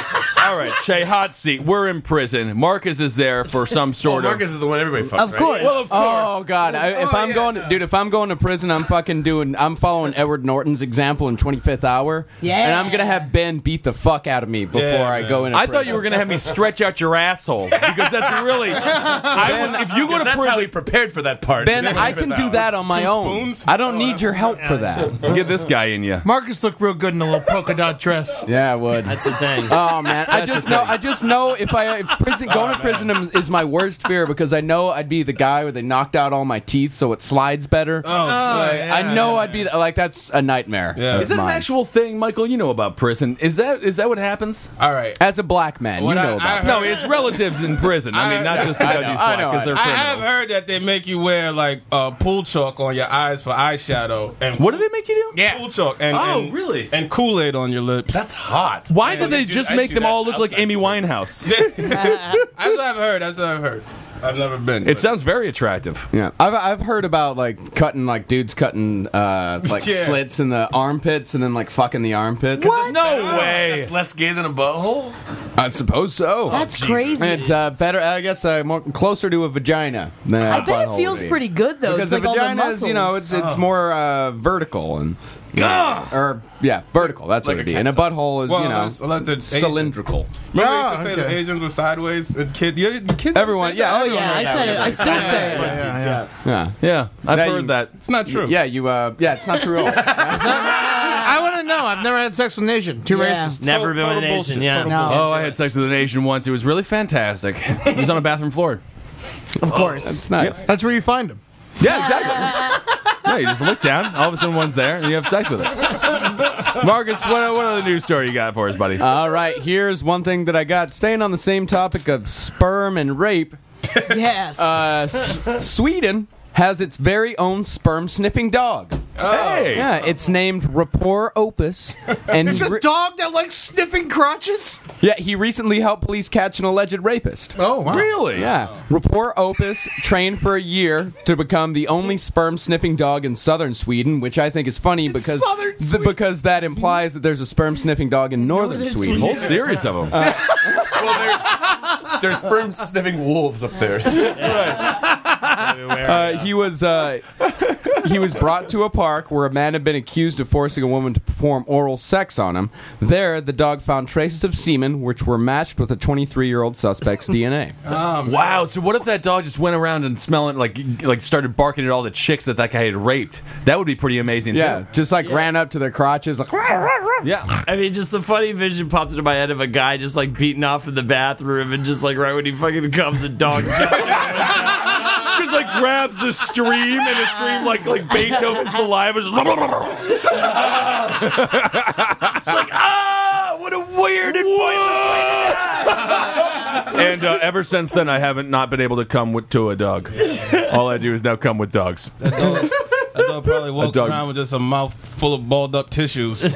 Speaker 8: All right, Shay Hot Seat. We're in prison. Marcus is there for some sort of.
Speaker 7: Marcus is the one everybody fucks,
Speaker 11: Of
Speaker 7: right?
Speaker 11: course.
Speaker 8: Well, of course.
Speaker 9: Oh God! I, if
Speaker 10: Oh,
Speaker 9: I'm
Speaker 10: yeah,
Speaker 9: going, dude, if I'm going to prison, I'm fucking doing. I'm following Edward Norton's example in 25th Hour.
Speaker 11: Yeah.
Speaker 9: And I'm gonna have Ben beat the fuck out of me before
Speaker 3: Yeah,
Speaker 9: I
Speaker 3: man.
Speaker 9: go in.
Speaker 8: I thought you were going to have me stretch out your asshole because that's really. I would, if you go to
Speaker 7: That's how he
Speaker 8: prison,
Speaker 7: prepared for that part.
Speaker 9: Ben, I can do that on my
Speaker 3: Two
Speaker 9: own.
Speaker 3: spoons?
Speaker 9: I don't need your help for that.
Speaker 8: get this guy in you.
Speaker 10: Marcus looked real good in a little polka dot
Speaker 8: Oh,
Speaker 10: dress.
Speaker 9: Yeah, I would.
Speaker 13: That's the thing.
Speaker 9: Oh man, I just know. I just know if I if prison going to prison is my worst fear because I know I'd be the guy where they knocked out all my teeth so it slides better.
Speaker 3: Oh,
Speaker 9: Like,
Speaker 3: yeah.
Speaker 9: I know I'd be like that's a nightmare.
Speaker 3: Yeah.
Speaker 9: of
Speaker 8: Is that an
Speaker 9: mine.
Speaker 8: actual thing, Michael? You know about prison? Is that is that what happens?
Speaker 3: All right.
Speaker 9: As a black man,
Speaker 3: What
Speaker 9: you
Speaker 3: I-
Speaker 9: know
Speaker 3: I
Speaker 9: about.
Speaker 3: heard-
Speaker 9: that.
Speaker 8: No, it's relatives in prison. I mean, not just
Speaker 9: I
Speaker 8: because
Speaker 9: know,
Speaker 8: he's
Speaker 9: I
Speaker 8: black,
Speaker 9: know,
Speaker 8: because
Speaker 9: I
Speaker 8: they're
Speaker 9: know.
Speaker 3: I
Speaker 8: criminals.
Speaker 3: have heard that they make you wear like uh, pool chalk on your eyes for eyeshadow and
Speaker 8: What do they make you do?
Speaker 3: yeah. pool chalk and
Speaker 7: Oh,
Speaker 3: and-
Speaker 7: really?
Speaker 3: and Kool Aid on your lips.
Speaker 7: That's hot.
Speaker 8: Why did they just
Speaker 7: I
Speaker 8: make
Speaker 7: do
Speaker 8: them
Speaker 7: that
Speaker 8: all look like
Speaker 7: outside
Speaker 8: Amy Winehouse?
Speaker 3: that's what I've heard. That's what I've heard. I've never been.
Speaker 8: It
Speaker 3: but-
Speaker 8: sounds very attractive.
Speaker 9: Yeah, I've I've heard about like cutting like dudes cutting uh like
Speaker 3: Yeah.
Speaker 9: slits in the armpits and then like fucking the armpits.
Speaker 8: No way.
Speaker 7: That's less gay than a butthole?
Speaker 9: I suppose so.
Speaker 11: That's Oh, Jesus. crazy.
Speaker 9: It's uh, better, I guess, uh, more closer to a vagina than a
Speaker 11: I bet
Speaker 9: butthole
Speaker 11: it
Speaker 9: would
Speaker 11: feels
Speaker 9: be.
Speaker 11: pretty good though.
Speaker 9: Because
Speaker 11: it's like
Speaker 9: the
Speaker 11: all the
Speaker 9: vagina is,
Speaker 11: muscles.
Speaker 9: you know, it's
Speaker 3: Oh.
Speaker 9: it's more uh, vertical and or yeah, vertical. That's
Speaker 3: Like
Speaker 9: what
Speaker 3: a
Speaker 9: it is. And a
Speaker 3: cat-
Speaker 9: butthole is,
Speaker 3: Well,
Speaker 9: you know,
Speaker 3: unless- unless it's Asian.
Speaker 9: cylindrical.
Speaker 3: Remember they
Speaker 9: Ah,
Speaker 3: used to say the Asians were sideways. and Kid, you, kids everyone,
Speaker 9: yeah,
Speaker 11: Oh,
Speaker 3: everyone
Speaker 9: yeah, I
Speaker 3: was
Speaker 9: said it. I
Speaker 3: sideways.
Speaker 9: still say it.
Speaker 3: Pussies,
Speaker 9: Yeah, yeah,
Speaker 3: yeah.
Speaker 9: Oh, Yeah,
Speaker 8: yeah,
Speaker 9: I've heard that.
Speaker 3: It's not true.
Speaker 9: Yeah, you. Uh, yeah, it's not true. at all.
Speaker 10: I want to know. I've never had sex with an Asian. Too racist.
Speaker 8: Oh, I had sex with an Asian once. It was really fantastic. It was on a bathroom floor.
Speaker 11: Of course.
Speaker 8: that's nice.
Speaker 10: That's where you find him.
Speaker 8: Yeah, exactly. yeah, you just look down. All of a sudden, one's there, and you have sex with it. Marcus, what, what other news story you got for us, buddy?
Speaker 9: All right, here's one thing that I got. Staying on the same topic of sperm and rape.
Speaker 11: yes.
Speaker 9: Uh, S- Sweden has its very own sperm sniffing dog.
Speaker 10: Hey.
Speaker 9: oh, Yeah, it's named Rapport Opus. And
Speaker 10: it's
Speaker 9: he
Speaker 10: a
Speaker 9: re-
Speaker 10: dog that likes sniffing crotches.
Speaker 9: Yeah, he recently helped police catch an alleged rapist.
Speaker 10: Oh, wow.
Speaker 8: Really?
Speaker 9: Yeah. Rapport Opus trained for a year to become the only sperm sniffing dog in southern Sweden, which I think is funny because
Speaker 10: southern
Speaker 9: th- because that implies that there's a sperm sniffing dog in northern,
Speaker 8: Northern
Speaker 9: Sweden.
Speaker 8: Sweden. Whole series of 'em.
Speaker 7: There's sperm sniffing wolves up there.
Speaker 9: Uh, he was uh, he was brought to a park where a man had been accused of forcing a woman to perform oral sex on him. There, the dog found traces of semen, which were matched with a 23 year old suspect's DNA.
Speaker 8: Um, wow. So what if that dog just went around and smelling like like started barking at all the chicks that that guy had raped? That would be pretty amazing.
Speaker 9: Yeah,
Speaker 8: too.
Speaker 9: just like ran up to their crotches, like
Speaker 8: yeah.
Speaker 13: I mean, just the funny vision popped into my head of a guy just like beating off in the bathroom, and just like right when he fucking comes, a dog jumps. Just like grabs the stream and the stream like like Beethoven saliva. Just
Speaker 4: it's like, ah, what a weird and pointless
Speaker 8: and uh, ever since then, I haven't not been able to come with, to a dog. All I do is now come with dogs.
Speaker 3: That dog probably walks
Speaker 8: dog-
Speaker 3: around with just a mouth full of balled up tissues.
Speaker 8: I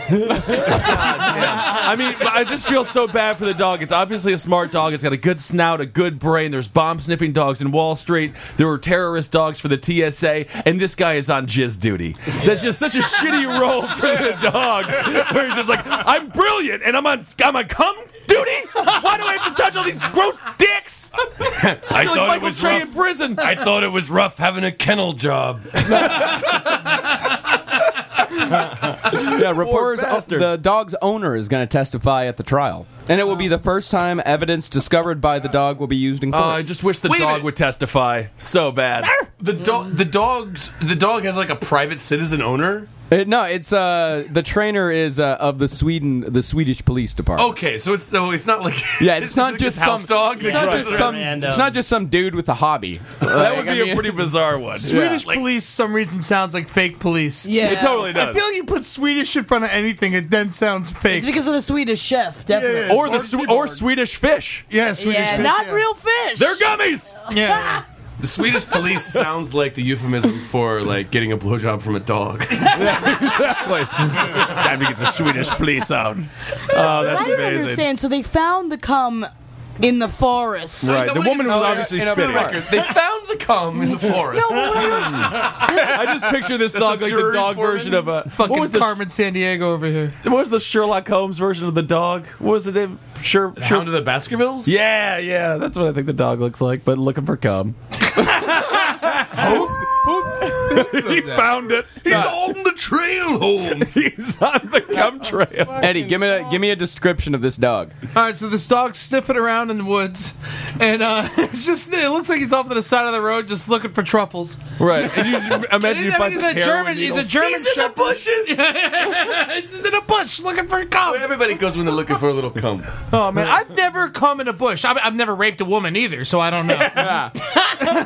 Speaker 8: mean, but I just feel so bad for the dog. It's obviously a smart dog. It's got a good snout, a good brain. There's bomb sniffing dogs in Wall Street. There were terrorist dogs for the TSA, and this guy is on jizz duty. That's just such a shitty role for the dog. Where he's just like, I'm brilliant, and I'm on, I'm on cum duty. Why do I have to touch all these gross dicks?
Speaker 7: I
Speaker 8: You're like
Speaker 7: thought it
Speaker 8: Michael
Speaker 7: was
Speaker 8: Che
Speaker 7: rough.
Speaker 8: in prison.
Speaker 7: I thought it was rough having a kennel job.
Speaker 9: yeah, reporters. uh, the dog's owner is going to testify at the trial, and it will be the first time evidence discovered by the dog will be used in court.
Speaker 8: Oh, I just wish the dog would testify so bad.
Speaker 7: The dog, the dogs, the dog has like a private citizen owner.
Speaker 9: Uh, no, it's uh the trainer is uh, of the Sweden the Swedish police department.
Speaker 7: Okay, so it's so it's not like
Speaker 9: Yeah, it's not
Speaker 7: like his
Speaker 9: just
Speaker 7: house
Speaker 9: some
Speaker 7: dog.
Speaker 9: It's not just some. It's not just some dude with a hobby.
Speaker 8: that would be a pretty bizarre one.
Speaker 10: Swedish police, some reason, sounds like fake police.
Speaker 11: Yeah. It totally
Speaker 10: I
Speaker 11: does.
Speaker 10: feel you put Swedish in front of anything, it then sounds fake.
Speaker 11: It's because of the Swedish chef, definitely.
Speaker 10: yeah, Or the Sw-
Speaker 8: or Swedish fish.
Speaker 10: Yeah, Swedish
Speaker 11: yeah,
Speaker 10: fish,
Speaker 11: not
Speaker 10: yeah.
Speaker 11: real fish.
Speaker 8: They're gummies.
Speaker 10: Yeah.
Speaker 7: The Swedish police sounds like the euphemism for like getting a blowjob from a dog.
Speaker 8: exactly. Time to get the Swedish police out. Oh, that's
Speaker 11: I don't
Speaker 8: amazing.
Speaker 11: understand. So they found the cum in the forest.
Speaker 8: Right, the woman was obviously spitting.
Speaker 7: They found the cum in the forest.
Speaker 8: I just picture this
Speaker 10: That's
Speaker 8: dog
Speaker 10: a
Speaker 8: like the
Speaker 10: jury
Speaker 8: dog
Speaker 10: foreman.
Speaker 8: version of a what
Speaker 10: Fucking
Speaker 8: was the
Speaker 10: Carmen San Diego over here.
Speaker 8: what was the Sherlock Holmes version of the dog? What was the name? Sure,
Speaker 7: The Hound of the Baskervilles.
Speaker 8: Yeah, yeah, that's what I think the dog looks like, but looking for cum.
Speaker 7: he
Speaker 8: found it.
Speaker 7: He's on the trail, Holmes.
Speaker 8: He's on the cum trail.
Speaker 9: Eddie, give me a give me a description of this dog.
Speaker 10: All right, so this dog's sniffing around in the woods, and uh, it's just—it looks like he's off to the side of the road, just looking for truffles.
Speaker 8: Right, and you imagine you
Speaker 10: I mean,
Speaker 8: find
Speaker 10: he's
Speaker 8: some
Speaker 10: a German.
Speaker 8: heroin
Speaker 10: He's a
Speaker 8: needles.
Speaker 10: German.
Speaker 7: He's in the bushes.
Speaker 10: he's in a bush looking for cum.
Speaker 7: Everybody goes when they're looking for a little cum.
Speaker 10: Oh man, I've never come in a bush. I've, I've never raped a woman either, so I don't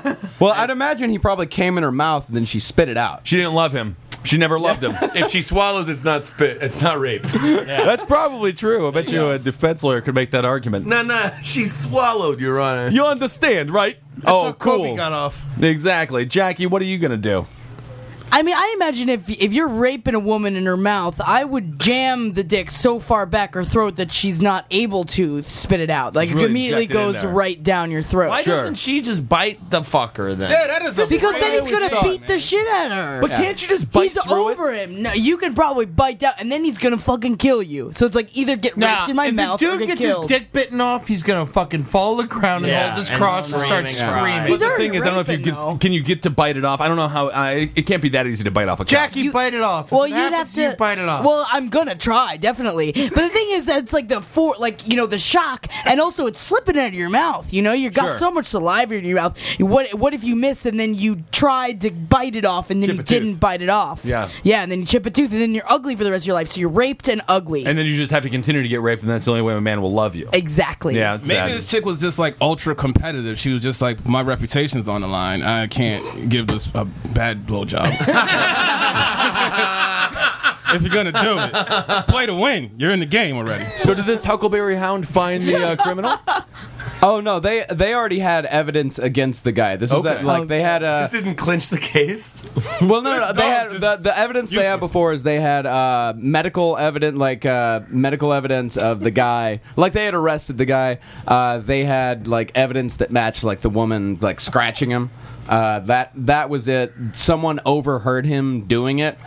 Speaker 10: know.
Speaker 9: Well, I'd imagine he probably came in her mouth and then she spit it out.
Speaker 8: She didn't love him. She never loved him.
Speaker 7: If she swallows, it's not spit. It's not rape.
Speaker 8: That's probably true. I bet you a defense lawyer could make that argument.
Speaker 7: No, no, she swallowed, Your Honor.
Speaker 8: You understand, right? oh,
Speaker 10: Kobe
Speaker 8: cool.
Speaker 10: got off.
Speaker 8: Exactly. Jackie, what are you going to do?
Speaker 11: I mean, I imagine if if you're raping a woman in her mouth, I would jam the dick so far back her throat that she's not able to spit it out. Like
Speaker 13: Really
Speaker 11: it immediately
Speaker 13: inject it in
Speaker 11: goes
Speaker 13: there.
Speaker 11: right down your throat.
Speaker 13: Why doesn't she just bite the fucker then?
Speaker 11: Yeah, that is a Because then he's gonna beat the shit out of her.
Speaker 13: But can't
Speaker 11: you just bite He's over him. No, you could probably bite down, and then he's gonna fucking kill you. So it's like either get
Speaker 10: Now,
Speaker 11: raped in my
Speaker 10: if
Speaker 11: mouth
Speaker 10: the
Speaker 11: or
Speaker 10: dude
Speaker 11: get
Speaker 10: gets
Speaker 11: killed.
Speaker 10: his dick bitten off, he's gonna fucking fall to the ground and hold his cross and start screaming.
Speaker 8: But the thing is, I don't know if you get, can you get to bite it off. I don't know how. I it can't be that easy to bite off a cock.
Speaker 10: Jackie, bite it off.
Speaker 11: Well,
Speaker 10: If it
Speaker 11: you'd have
Speaker 10: happens,
Speaker 11: to
Speaker 10: you bite it off.
Speaker 11: Well, I'm gonna try definitely. But the thing is, that's like the for like you know the shock, and also it's slipping out of your mouth. You know, you got
Speaker 13: Sure.
Speaker 11: so much saliva in your mouth. What what if you miss and then you tried to bite it off and then you didn't bite it off?
Speaker 8: Yeah.
Speaker 11: yeah, and then you chip a tooth, and then you're ugly for the rest of your life. So you're raped and ugly.
Speaker 8: And then you just have to continue to get raped, and that's the only way a man will love you.
Speaker 11: Exactly.
Speaker 8: Yeah, it's
Speaker 3: Maybe
Speaker 8: sad.
Speaker 3: this chick was just like ultra competitive. She was just like, my reputation's on the line. I can't give this a bad blowjob. if you're gonna do it, play to win. You're in the game already.
Speaker 8: So did this Huckleberry Hound find the uh, criminal?
Speaker 9: Oh no, they they already had evidence against the guy. This was
Speaker 8: Okay. Oh.
Speaker 9: that like they had uh,
Speaker 7: This didn't clinch the case.
Speaker 9: well, no, no, they had the, the evidence they had before is they had uh, medical evidence, like uh, medical evidence of the guy, like they had arrested the guy. Uh, they had like evidence that matched like the woman like scratching him. Uh, that that was it. Someone overheard him doing it.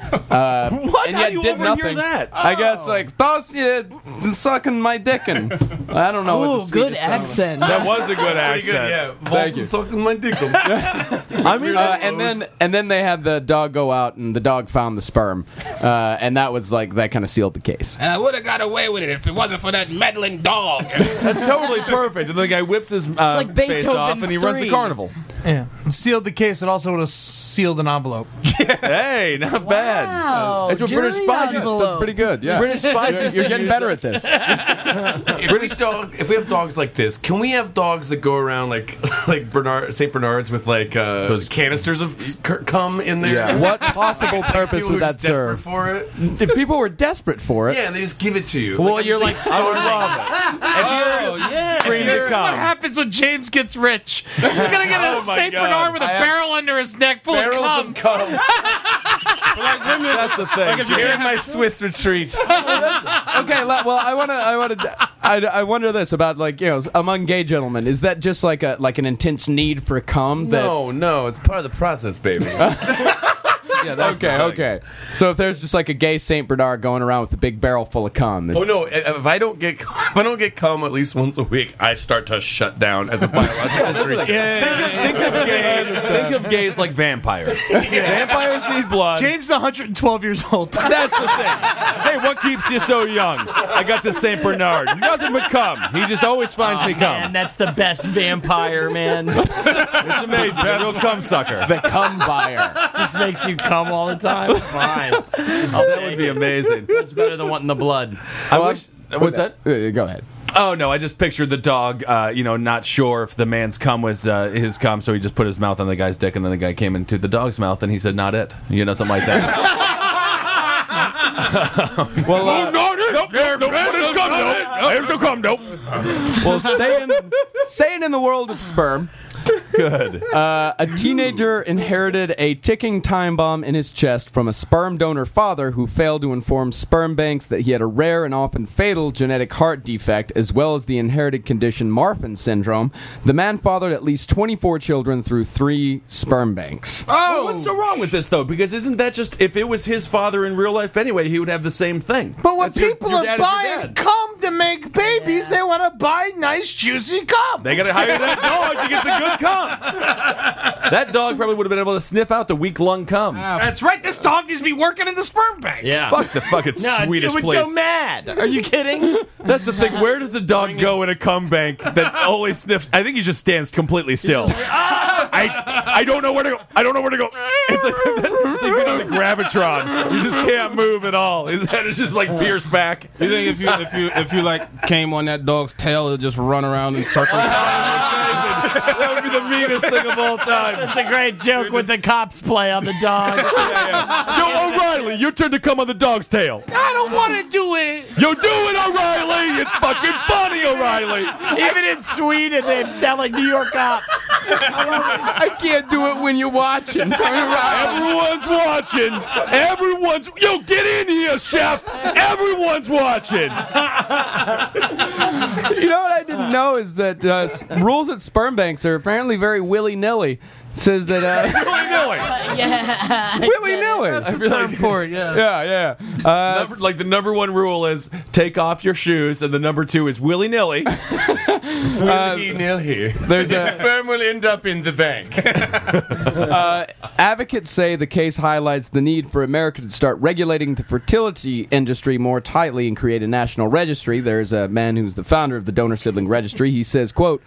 Speaker 9: Uh,
Speaker 8: what?
Speaker 9: And
Speaker 8: How
Speaker 9: yet
Speaker 8: do you
Speaker 9: did
Speaker 8: overhear
Speaker 9: nothing.
Speaker 8: that?
Speaker 9: I guess like thoughts yeah, sucking my dick and I don't know.
Speaker 8: Oh,
Speaker 9: what
Speaker 11: Ooh,
Speaker 9: the
Speaker 11: good
Speaker 9: Swedish sound
Speaker 11: accent.
Speaker 8: That was a good
Speaker 9: That's pretty good,
Speaker 8: accent.
Speaker 9: yeah. Thank you.
Speaker 7: Sucking my dick.
Speaker 9: I mean, uh, and then and then they had the dog go out, and the dog found the sperm, uh, and that was like that kind of sealed the case.
Speaker 3: And I would have got away with it if it wasn't for that meddling dog.
Speaker 8: That's totally perfect. And the guy whips his uh,
Speaker 10: like
Speaker 8: face off,
Speaker 10: Beethoven
Speaker 8: and he runs the
Speaker 10: three.
Speaker 8: carnival.
Speaker 10: Yeah. Sealed the case, it also would have sealed an envelope.
Speaker 8: hey, not bad. That's what
Speaker 10: jury
Speaker 8: British spies used to
Speaker 10: envelope.
Speaker 8: That's pretty good. Yeah, British spies used to use that.
Speaker 7: if British dog. If we have dogs like this, can we have dogs that go around like like Bernard Saint Bernards with like uh, those canisters of s- c- cum in there?
Speaker 9: Yeah. What possible purpose
Speaker 7: People
Speaker 9: would
Speaker 7: who are
Speaker 9: that
Speaker 7: just desperate
Speaker 9: serve?
Speaker 7: For it?
Speaker 9: If people were desperate for it,
Speaker 7: Yeah, and they just give it to you.
Speaker 9: Well,
Speaker 7: I'm
Speaker 9: you're
Speaker 7: just
Speaker 9: like
Speaker 7: starving.
Speaker 9: starving.
Speaker 7: Oh, yeah.
Speaker 8: Green
Speaker 13: This
Speaker 8: as
Speaker 13: is
Speaker 8: cum.
Speaker 13: what happens when James gets rich. He's gonna get a
Speaker 8: Oh my
Speaker 13: Saint
Speaker 8: God.
Speaker 13: Bernard with a
Speaker 8: I have-
Speaker 13: barrel under his neck full of
Speaker 8: Barrels
Speaker 13: cum.
Speaker 8: of cum. That's the thing.
Speaker 13: Like if you
Speaker 8: Here
Speaker 13: can't
Speaker 8: in
Speaker 13: have-
Speaker 8: Swiss retreat.
Speaker 9: okay. le- Well, I want to. I want to. I, I wonder this about like you know among gay gentlemen is that just like a like an intense need for cum? That,
Speaker 7: No, no, it's part of the process, baby.
Speaker 9: yeah, okay, okay. So if there's just like a gay Saint Bernard going around with a big barrel full of cum, it's-
Speaker 7: Oh no! If if I don't get if I don't get cum at least once a week, I start to shut down as a biological creature.
Speaker 8: Think of gays. Think of gays like vampires. Vampires need blood.
Speaker 10: James is 112 years old.
Speaker 8: That's the thing. Hey, what keeps you so young? I got the Saint Bernard. Nothing but cum. He just always finds me cum.
Speaker 13: Man, that's the best vampire, man.
Speaker 8: It's amazing. The real cum sucker.
Speaker 9: The cum buyer.
Speaker 13: Just makes you cum all the time. Fine. that
Speaker 8: would be amazing.
Speaker 13: It's better than wanting the blood.
Speaker 8: I wish. What's that?
Speaker 9: Uh, Go ahead.
Speaker 8: Oh no! I just pictured the dog. Uh, you know, not sure if the man's cum was uh, his cum, so he just put his mouth on the guy's dick, and then the guy came into the dog's mouth, and he said, "Not it." You know, something like that.
Speaker 9: well, uh,
Speaker 8: nope, nope, nope, there's cum, nope. There's no cum, nope.
Speaker 9: well, staying staying in the world of sperm.
Speaker 8: Good.
Speaker 9: Uh, a teenager inherited a ticking time bomb in his chest from a sperm donor father who failed to inform sperm banks that he had a rare and often fatal genetic heart defect, as well as the inherited condition Marfan syndrome. The man fathered at least 24 children through three sperm banks.
Speaker 8: Oh, what's so wrong with this though? Because isn't that just if it was his father in real life anyway, he would have the same thing.
Speaker 10: But when
Speaker 8: That's your-
Speaker 10: people
Speaker 8: your
Speaker 10: are
Speaker 8: dad is your
Speaker 10: buying
Speaker 8: dad.
Speaker 10: cum to make babies, they want to buy nice, juicy cum.
Speaker 8: They gotta hire that dog to get the good cum. that dog probably would have been able to sniff out the weak lung cum.
Speaker 13: That's right. This dog needs to be working in the sperm bank. Yeah.
Speaker 8: Fuck the fucking
Speaker 13: No, it
Speaker 8: Swedish
Speaker 13: would
Speaker 8: place.
Speaker 13: go mad. Are you kidding?
Speaker 8: That's the thing. Where does a dog go in a cum bank that only sniffs? I think he just stands completely still.
Speaker 13: "Ah!"
Speaker 8: I I don't know where to go. I don't know where to go. It's like that thing in the gravitron. You just can't move at all. His head is just like pierced back.
Speaker 3: You think if you if you if you like came on that dog's tail, it'd just run around in circles.
Speaker 8: that would be the meanest thing of all time.
Speaker 13: That's a great joke with the cops play on the dog.
Speaker 8: Yo, O'Reilly, your turn to come on the dog's tail.
Speaker 13: I don't want to do it.
Speaker 8: Yo, do it, O'Reilly. It's fucking funny, O'Reilly.
Speaker 13: Even in Sweden, they sound like New York cops.
Speaker 9: I can't do it when you're watching. Turn around.
Speaker 14: Everyone's watching. Everyone's. Yo, get in here, chef. Everyone's watching.
Speaker 9: you know what I didn't know is that uh, s- rules at sperm banks are apparently very willy nilly. Says that uh,
Speaker 11: yeah.
Speaker 9: willy nilly. Yeah, yeah.
Speaker 8: Number- like the number one rule is take off your shoes, and the number two is willy nilly.
Speaker 7: Willy nilly.
Speaker 8: Uh,
Speaker 9: There's uh,
Speaker 7: the
Speaker 9: a-
Speaker 7: sperm will end up in the bank.
Speaker 9: uh, advocates say the case highlights the need for America to start regulating the fertility industry more tightly and create a national registry. There's a man who's the founder of the donor sibling registry. He says, "quote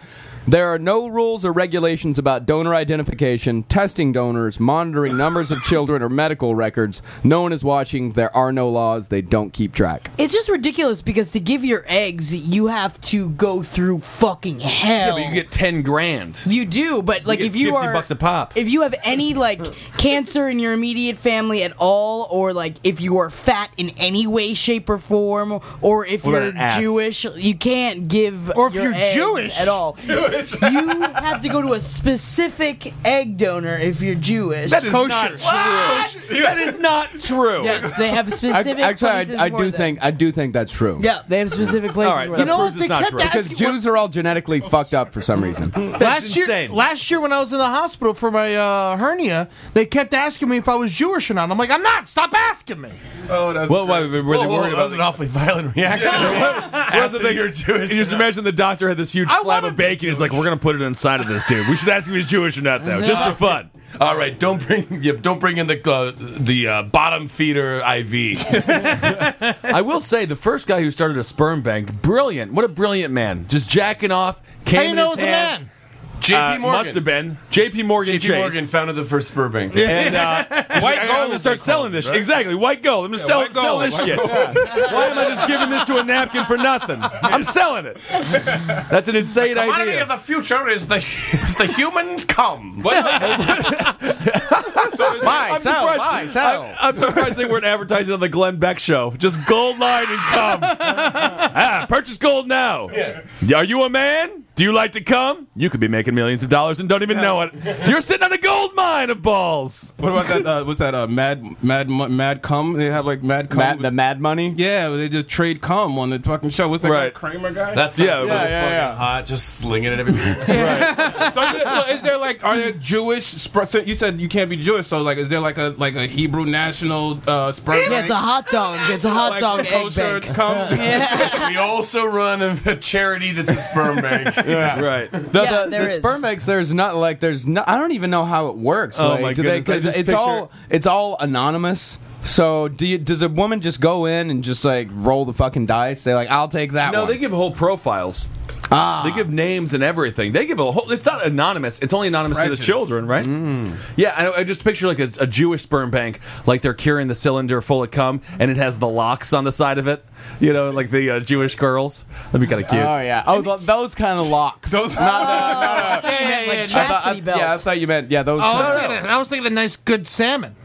Speaker 9: There are no rules or regulations about donor identification, testing donors, monitoring numbers of children or medical records. No one is watching. There are no laws. They don't keep track."
Speaker 11: It's just ridiculous because to give your eggs, you have to go through fucking
Speaker 8: yeah,
Speaker 11: hell.
Speaker 8: but you get ten grand.
Speaker 11: You do, but like
Speaker 8: get
Speaker 11: if you
Speaker 8: 50
Speaker 11: are
Speaker 8: bucks a pop.
Speaker 11: if you have any like cancer in your immediate family at all, or like if you are fat in any way, shape, or form, or if
Speaker 8: What about an
Speaker 11: you're
Speaker 8: ass?
Speaker 11: Jewish, you can't give. Or
Speaker 10: if you're Jewish.
Speaker 11: at all, you have to go to a specific egg donor if you're Jewish.
Speaker 8: That is Kosher. not true. What? That is not true.
Speaker 11: Yes, they have specific.
Speaker 9: I, actually,
Speaker 11: places
Speaker 9: I, I
Speaker 11: for
Speaker 9: do
Speaker 11: them.
Speaker 9: think I do think that's true.
Speaker 11: Yeah, they have specific places.
Speaker 9: right,
Speaker 11: where
Speaker 9: that
Speaker 11: they-
Speaker 9: proves it's not true. because Jews are all genetically fucked up for some reason.
Speaker 10: last year, last year when I was in the hospital for my uh, hernia, they kept asking me if I was Jewish or not. I'm like, I'm not. Stop asking me.
Speaker 7: Oh, that's
Speaker 8: Well, why- were they worried
Speaker 7: that
Speaker 8: about
Speaker 7: was
Speaker 8: the-
Speaker 7: an awfully violent reaction.
Speaker 8: That's the thing. You're Jewish. You just imagine the doctor had this huge slab of bacon. He's like, "We're gonna put it inside of this dude. We should ask if he's Jewish or not, though, just for fun."
Speaker 7: All right, don't bring yeah, don't bring in the uh, the uh, bottom feeder IV.
Speaker 8: I will say the first guy who started a sperm bank, brilliant. What a brilliant man. Just jacking off. Came
Speaker 10: How you
Speaker 8: in
Speaker 10: know
Speaker 8: his
Speaker 10: it was a
Speaker 8: hand.
Speaker 10: man?
Speaker 7: JP
Speaker 8: Uh,
Speaker 7: Morgan.
Speaker 8: must have been J.P. Morgan
Speaker 7: JP
Speaker 8: Chase.
Speaker 7: Morgan founded the first sperm bank.
Speaker 8: And uh, white gold. I'm gonna start selling this. Exactly, white gold. I'm gonna sell,
Speaker 7: white
Speaker 8: sell
Speaker 7: gold,
Speaker 8: this
Speaker 7: white
Speaker 8: shit.
Speaker 7: gold.
Speaker 8: Why am I just giving this to a napkin for nothing? I'm selling it. That's an insane
Speaker 7: Commodity
Speaker 8: idea.
Speaker 7: of the future is the is the human cum.
Speaker 10: Buy,
Speaker 8: I'm
Speaker 10: sell,
Speaker 8: surprised.
Speaker 10: buy, sell.
Speaker 8: I'm, I'm surprised they weren't advertising on the Glenn Beck show. Just gold line and come. ah, purchase gold now. Are you a man? Do you like to come? You could be making millions of dollars and don't even know it. You're sitting on a gold mine of balls.
Speaker 3: What about that? Uh, what's that? Uh, mad, mad, Mu- mad cum. They have like mad cum.
Speaker 9: the mad money.
Speaker 3: Yeah, they just trade cum on the fucking show. What's that
Speaker 8: Right.
Speaker 3: guy, Kramer guy?
Speaker 7: That's
Speaker 3: yeah,
Speaker 7: yeah, so fucking hot, just slinging it at everybody.
Speaker 3: so, is there, so is there like are there Jewish? Sp- so you said you can't be Jewish, so like is there like a like a Hebrew national uh, sperm?
Speaker 11: Yeah, it's a
Speaker 3: bank?
Speaker 11: hot dog. It's a hot
Speaker 3: Like
Speaker 11: dog
Speaker 3: the
Speaker 11: egg
Speaker 3: kosher
Speaker 11: bank.
Speaker 3: cum?
Speaker 7: we also run a, a charity that's a sperm bank.
Speaker 9: Yeah.
Speaker 8: Right.
Speaker 9: The,
Speaker 11: Yeah,
Speaker 9: the,
Speaker 11: there
Speaker 9: the
Speaker 11: is.
Speaker 9: sperm banks, there's not like there's no. I don't even know how it works.
Speaker 8: Oh,
Speaker 9: like,
Speaker 8: my
Speaker 9: do they-
Speaker 8: goodness, I
Speaker 9: 'cause
Speaker 8: just
Speaker 9: it's all it's all anonymous. So do you, does a woman just go in and just like roll the fucking dice? Say like I'll take that.
Speaker 8: No,
Speaker 9: one.
Speaker 8: they give whole profiles.
Speaker 9: Ah.
Speaker 8: They give names and everything. They give a whole. It's not anonymous. It's only anonymous to the children, right? Yeah, I, I just picture like a, a Jewish sperm bank, like they're carrying the cylinder full of cum, and it has the locks on the side of it. You know, like the uh, Jewish girls. That'd be kind of cute.
Speaker 9: Oh yeah. Oh, th- those kind of locks. those not the, not the-
Speaker 10: Yeah, yeah,
Speaker 11: Like
Speaker 10: yeah.
Speaker 9: I thought- I-
Speaker 11: chastity belt.
Speaker 9: yeah, I thought you meant yeah
Speaker 8: Oh,
Speaker 9: those
Speaker 10: Oh, I
Speaker 9: kind
Speaker 10: was,
Speaker 9: of
Speaker 10: thinking, I was thinking a nice good salmon.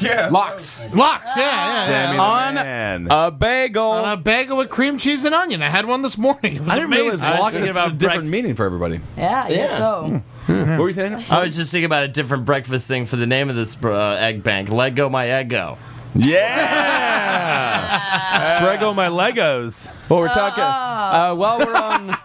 Speaker 3: yeah.
Speaker 9: locks
Speaker 10: Locks, yeah, yeah, yeah.
Speaker 9: Sammy the On uh,
Speaker 8: Man.
Speaker 9: a bagel.
Speaker 10: On a bagel with cream cheese and onion. I had one this morning. It was
Speaker 8: I didn't
Speaker 10: amazing.
Speaker 8: realize locks had
Speaker 13: thinking
Speaker 8: about a
Speaker 13: about
Speaker 8: different
Speaker 13: breakfast.
Speaker 8: meaning for everybody.
Speaker 11: Yeah, I guess
Speaker 13: Yeah. Uh,
Speaker 11: so.
Speaker 8: What were you saying? Andrew?
Speaker 13: I was just thinking about a different breakfast thing for the name of this uh, egg bank. Let go my ego.
Speaker 8: Yeah, Sprego my Legos.
Speaker 9: Well, we're talking uh, while we're on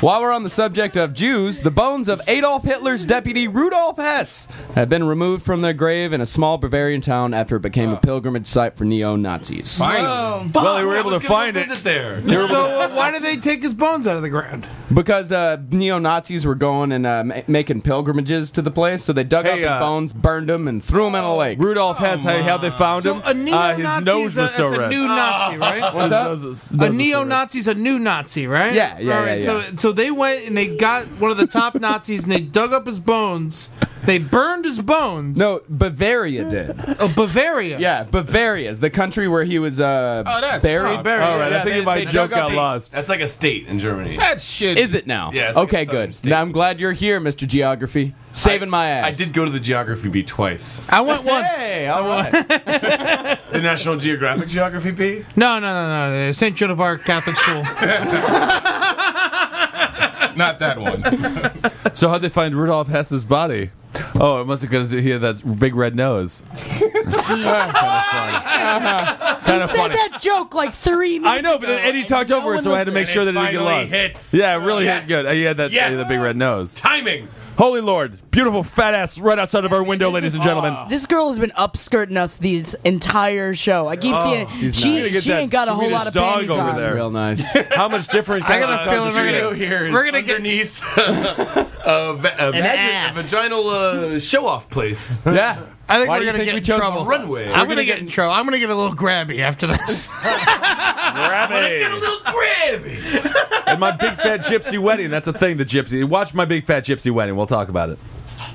Speaker 9: while we're on the subject of Jews. The bones of Adolf Hitler's deputy Rudolf Hess have been removed from their grave in a small Bavarian town after it became a pilgrimage site for neo Nazis.
Speaker 3: Finally.
Speaker 8: Well, they were able to find it.
Speaker 7: Visit there.
Speaker 10: So uh, why did they take his bones out of the ground?
Speaker 9: Because uh, neo Nazis were going and uh, ma- making pilgrimages to the place, so they dug
Speaker 8: Hey,
Speaker 9: up his
Speaker 8: uh, Oh,
Speaker 9: bones, burned them, and threw them in a lake.
Speaker 8: Rudolph Hess, how, how they found
Speaker 10: So
Speaker 8: him?
Speaker 10: a neo
Speaker 8: Uh,
Speaker 10: Nazi
Speaker 8: his nose
Speaker 10: is a,
Speaker 8: was so
Speaker 10: it's a
Speaker 8: red.
Speaker 10: new Nazi, right?
Speaker 9: What's
Speaker 10: a
Speaker 9: that?
Speaker 10: neo Nazi's a new Nazi, right?
Speaker 9: Yeah, yeah,
Speaker 10: All right.
Speaker 9: yeah, yeah.
Speaker 10: So, so they went and they got one of the top Nazis and they dug up his bones. They burned his bones.
Speaker 9: No, Bavaria did.
Speaker 10: of Bavaria.
Speaker 9: Yeah, Bavaria is the country where he was uh,
Speaker 3: Oh, that's
Speaker 9: buried.
Speaker 3: fine.
Speaker 10: buried.
Speaker 8: All right, I think
Speaker 10: they,
Speaker 8: my
Speaker 10: they
Speaker 8: joke
Speaker 10: dug up
Speaker 8: got
Speaker 10: his-
Speaker 8: lost.
Speaker 7: That's like a state in Germany.
Speaker 3: That shit
Speaker 9: Is it now?
Speaker 7: Yeah, it's like a
Speaker 9: okay,
Speaker 7: southern
Speaker 9: good.
Speaker 7: state.
Speaker 9: Now I'm glad you're here, Mr. Geography. Saving my ass.
Speaker 7: I did go to the geography bee twice.
Speaker 10: I went once.
Speaker 9: Hey, all right.
Speaker 7: The National Geographic geography bee.
Speaker 10: No, no, no, no. St. Joan of Arc Catholic School.
Speaker 15: Not that one.
Speaker 8: So how'd they find Rudolf Hess's body? Oh, it must have because he had that big red nose.
Speaker 11: He said that joke like three minutes
Speaker 8: I know, but then
Speaker 11: ago,
Speaker 8: Eddie
Speaker 11: and
Speaker 8: talked
Speaker 11: no
Speaker 8: over it,
Speaker 11: one
Speaker 8: so I had to make
Speaker 11: listened.
Speaker 8: sure that it didn't get
Speaker 3: finally
Speaker 8: lost.
Speaker 3: hits.
Speaker 8: Yeah, it really
Speaker 3: Yes.
Speaker 8: hit good. Uh, He had that, he had
Speaker 3: Yes.
Speaker 8: that big red nose.
Speaker 3: Timing.
Speaker 8: Holy Lord. Beautiful fat ass right outside of our window, ladies and gentlemen.
Speaker 11: This girl has been upskirting us these entire show. I keep seeing it. She, she ain't got a whole lot of panties on.
Speaker 9: Real nice.
Speaker 8: How much different?
Speaker 3: I got
Speaker 9: Uh,
Speaker 3: a feeling
Speaker 9: the
Speaker 3: we're
Speaker 9: studio
Speaker 3: gonna
Speaker 9: here
Speaker 3: here.
Speaker 9: is
Speaker 3: We're gonna get underneath a, va- a,
Speaker 10: An
Speaker 3: vagi-
Speaker 10: ass.
Speaker 3: a vaginal uh, show-off place.
Speaker 9: Yeah,
Speaker 10: I think
Speaker 3: Why do
Speaker 10: we're
Speaker 3: you
Speaker 10: gonna
Speaker 3: think
Speaker 10: get
Speaker 3: we
Speaker 10: in
Speaker 3: chose
Speaker 10: trouble.
Speaker 3: the runway? We're
Speaker 10: I'm gonna
Speaker 3: gonna
Speaker 10: get in trouble. I'm gonna get a little grabby after this.
Speaker 3: grabby.
Speaker 8: and my big fat gypsy wedding. That's a thing. The gypsy. Watch my big fat gypsy wedding. We'll talk about it.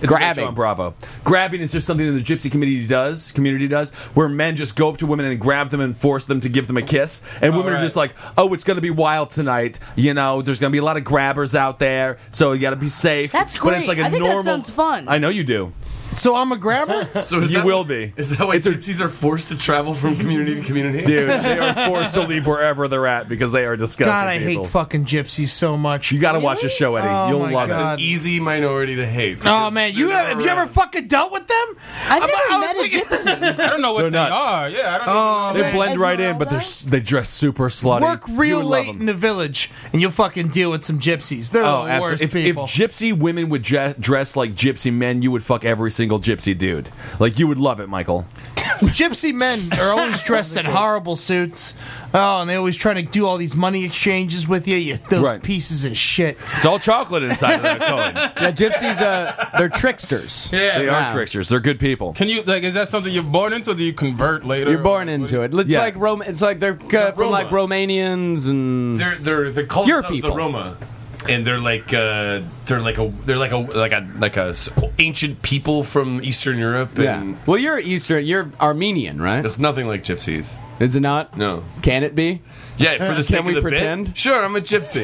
Speaker 8: It's
Speaker 9: Grabbing.
Speaker 8: on Bravo. Grabbing is just something that the gypsy community does. Community does where men just go up to women and grab them and force them to give them a kiss, and women are just like, "Oh, it's going to be wild tonight. You know, there's going to be a lot of grabbers out there, so you got to be safe."
Speaker 11: That's
Speaker 8: But it's
Speaker 11: great.
Speaker 8: like a
Speaker 11: I think that
Speaker 8: normal.
Speaker 11: sounds fun.
Speaker 8: I know you do.
Speaker 10: So I'm a grabber.
Speaker 3: So is
Speaker 8: you
Speaker 3: that-
Speaker 8: will be.
Speaker 3: Is that why gypsies are forced to travel from community to community?
Speaker 8: Dude, they are forced to leave wherever they're at because they are disgusting.
Speaker 10: God, I
Speaker 8: people.
Speaker 10: hate fucking gypsies so much. You
Speaker 8: gotta watch this show, Eddie.
Speaker 10: Oh
Speaker 8: You'll
Speaker 10: my
Speaker 8: love
Speaker 10: God.
Speaker 8: it. Easy minority to hate.
Speaker 10: Oh man, you have, have you ever fucking dealt with them? I've never met a gypsy.
Speaker 15: I don't know what
Speaker 8: They're
Speaker 15: they
Speaker 8: nuts.
Speaker 15: are. Yeah, I don't
Speaker 10: Oh,
Speaker 8: They
Speaker 10: man.
Speaker 8: blend right in, but they're s- they dress super slutty.
Speaker 10: Work
Speaker 8: You
Speaker 10: real
Speaker 8: would love
Speaker 10: late in the village, and you'll fucking deal with some gypsies. They're
Speaker 8: Oh,
Speaker 10: the worst
Speaker 8: absolutely. If, if
Speaker 10: people.
Speaker 8: gypsy women would je- dress like gypsy men, you would fuck every single gypsy dude. Like, you would love it, Michael.
Speaker 10: gypsy men are always dressed in horrible suits. Oh, and they always try to do all these money exchanges with you. You those
Speaker 8: Right.
Speaker 10: pieces of shit.
Speaker 8: It's all chocolate inside of that coin.
Speaker 9: Yeah, gypsies, uh, they're tricksters.
Speaker 15: Yeah,
Speaker 8: They
Speaker 9: Yeah.
Speaker 8: are tricksters. They're good people.
Speaker 15: Can you like? Is that something you're born into? or Do you convert later?
Speaker 9: You're born into it. It's
Speaker 15: Yeah.
Speaker 9: like Rome. It's like they're uh, from like Romanians and
Speaker 3: They're they're they call
Speaker 9: Your
Speaker 3: themselves
Speaker 9: people.
Speaker 3: the Roma, and they're like uh, they're like a they're like a like a like a s- ancient people from Eastern Europe. And
Speaker 9: yeah. Well, you're Eastern. You're Armenian, right?
Speaker 3: It's nothing like gypsies.
Speaker 9: Is it not?
Speaker 3: No.
Speaker 9: Can it be?
Speaker 3: Yeah, for the sake
Speaker 9: Can we
Speaker 3: of the
Speaker 9: pretend?
Speaker 3: bit. Sure, I'm a gypsy.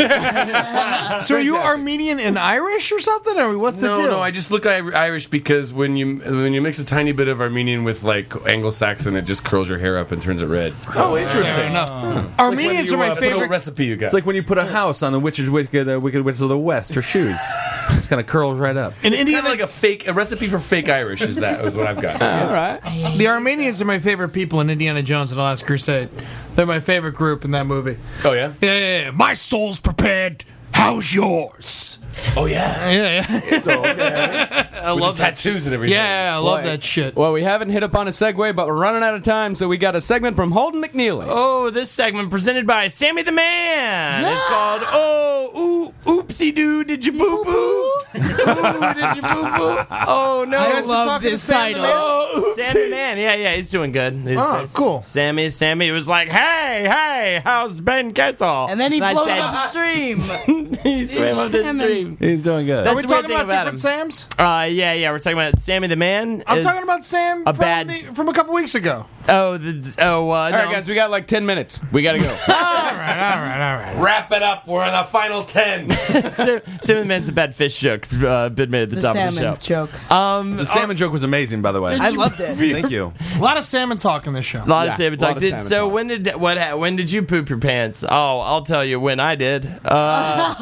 Speaker 10: So are you Armenian and Irish or something? Or what's the
Speaker 3: no,
Speaker 10: deal?
Speaker 3: no, I just look I- Irish because when you when you mix a tiny bit of Armenian with like Anglo-Saxon, it just curls your hair up and turns it red.
Speaker 8: Oh, interesting.
Speaker 10: Armenians are my favorite.
Speaker 3: uh, recipe you got.
Speaker 8: It's like when you put a house on the witch's wicked, uh, wicked witch of the west. Her shoes just kind of curls right up.
Speaker 10: In India,
Speaker 3: like a fake a recipe for fake Irish is that is what I've got.
Speaker 9: All right.
Speaker 10: the Armenians are my favorite people in Indiana Jones and the Last Crusade. They're my favorite group in that movie.
Speaker 3: Oh yeah.
Speaker 10: Yeah, yeah, yeah. my soul's prepared. How's yours?
Speaker 3: Oh yeah.
Speaker 10: Yeah, yeah.
Speaker 3: I love tattoos and everything.
Speaker 10: Yeah, I love that shit.
Speaker 9: Well, we haven't hit upon a segue, but we're running out of time, so we got a segment from Holden McNeely.
Speaker 13: Oh, this segment presented by Sammy the Man. It's called Oh, ooh, oopsie doo, did you boo boo? Ooh, did you boo boo? Oh no,
Speaker 10: You
Speaker 13: I
Speaker 10: guys been
Speaker 13: love
Speaker 10: talking to
Speaker 13: this
Speaker 10: Sam the
Speaker 13: title.
Speaker 10: Man?
Speaker 13: Oh, Sammy the Man, yeah, yeah, he's doing good. He's,
Speaker 10: Oh,
Speaker 13: he's-
Speaker 10: cool.
Speaker 13: Sammy, Sammy was like, hey, hey, how's Ben Kessel?
Speaker 11: And then he
Speaker 13: I
Speaker 11: floated
Speaker 13: said,
Speaker 11: upstream.
Speaker 13: he swam up the
Speaker 11: swimming.
Speaker 13: stream.
Speaker 8: He's doing good.
Speaker 13: That's
Speaker 10: Are we
Speaker 13: the weird
Speaker 10: talking
Speaker 13: thing
Speaker 10: about,
Speaker 13: about
Speaker 10: different
Speaker 13: him.
Speaker 10: Sams?
Speaker 13: Uh, yeah, yeah, we're talking about Sammy the Man.
Speaker 10: I'm
Speaker 13: is-
Speaker 10: talking about Sam
Speaker 13: a
Speaker 10: from,
Speaker 13: bad
Speaker 10: the-
Speaker 13: s-
Speaker 10: from a couple weeks ago.
Speaker 13: Oh, the, oh, uh,
Speaker 9: All right, guys, we got like 10 minutes. We got to
Speaker 10: All
Speaker 9: go.
Speaker 10: right, all right.
Speaker 3: Wrap it up. We're on the final ten.
Speaker 13: Sam, Sam the Man's a bad fish joke. Uh, been made at the,
Speaker 11: The
Speaker 13: top
Speaker 11: salmon
Speaker 13: of the show.
Speaker 11: joke.
Speaker 13: Um,
Speaker 8: The salmon joke was amazing, by the way.
Speaker 11: I loved it.
Speaker 8: Thank you.
Speaker 10: A lot of salmon talk in this show.
Speaker 13: a lot
Speaker 9: Yeah,
Speaker 13: of salmon
Speaker 9: a lot
Speaker 13: talk.
Speaker 9: of
Speaker 13: Did
Speaker 9: salmon
Speaker 13: so?
Speaker 9: talk.
Speaker 13: When did what? ha- When did you poop your pants? Oh, I'll tell you when I did. Uh,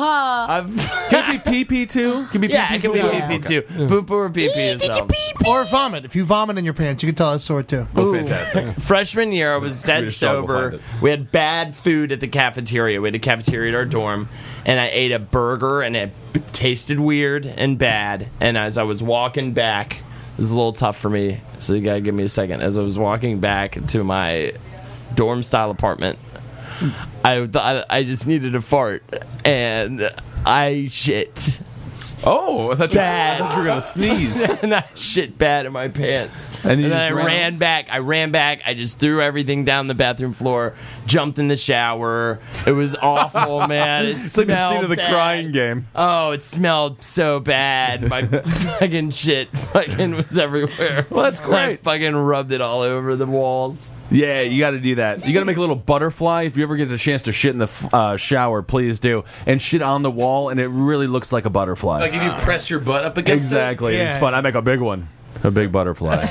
Speaker 13: I've,
Speaker 8: Can it be PP too? Can it be
Speaker 13: yeah,
Speaker 8: PP
Speaker 13: I can be
Speaker 8: too?
Speaker 13: pee pee too. Poop or pee pee is
Speaker 11: Did you
Speaker 13: dumb.
Speaker 11: pee?
Speaker 10: Or vomit. If you vomit in your pants, you can tell it's sore too.
Speaker 8: Fantastic.
Speaker 13: Freshman year, I was dead
Speaker 8: Swedish dog will find
Speaker 13: sober.
Speaker 8: it.
Speaker 13: We had bad food at the cafeteria. We had a cafeteria at our dorm, and I ate a burger, and it b- tasted weird and bad. And as I was walking back, it was a little tough for me, so you gotta give me a second. As I was walking back to my dorm style apartment, I thought I just needed a fart, and I shit.
Speaker 8: Oh, I thought you,
Speaker 13: Bad.
Speaker 8: I thought you were going to sneeze.
Speaker 13: and I shit bad in my pants.
Speaker 8: And
Speaker 13: And,
Speaker 8: you
Speaker 13: then I
Speaker 8: just
Speaker 13: ran back. I ran back. I just threw everything down the bathroom floor. Jumped in the shower. It was awful, man. It
Speaker 8: It's like the scene
Speaker 13: smelled
Speaker 8: of the
Speaker 13: bad.
Speaker 8: crying game.
Speaker 13: Oh, it smelled so bad. My fucking shit fucking was everywhere. Well, that's I
Speaker 8: great.
Speaker 13: fucking rubbed it all over the walls.
Speaker 8: Yeah, you got to do that. You got to make a little butterfly. If you ever get a chance to shit in the f- uh, shower, please do. And shit on the wall, and it really looks like a butterfly.
Speaker 3: Like if you press your butt up against it.
Speaker 8: exactly.
Speaker 10: Yeah.
Speaker 8: It's fun. I make a big one. A big butterfly.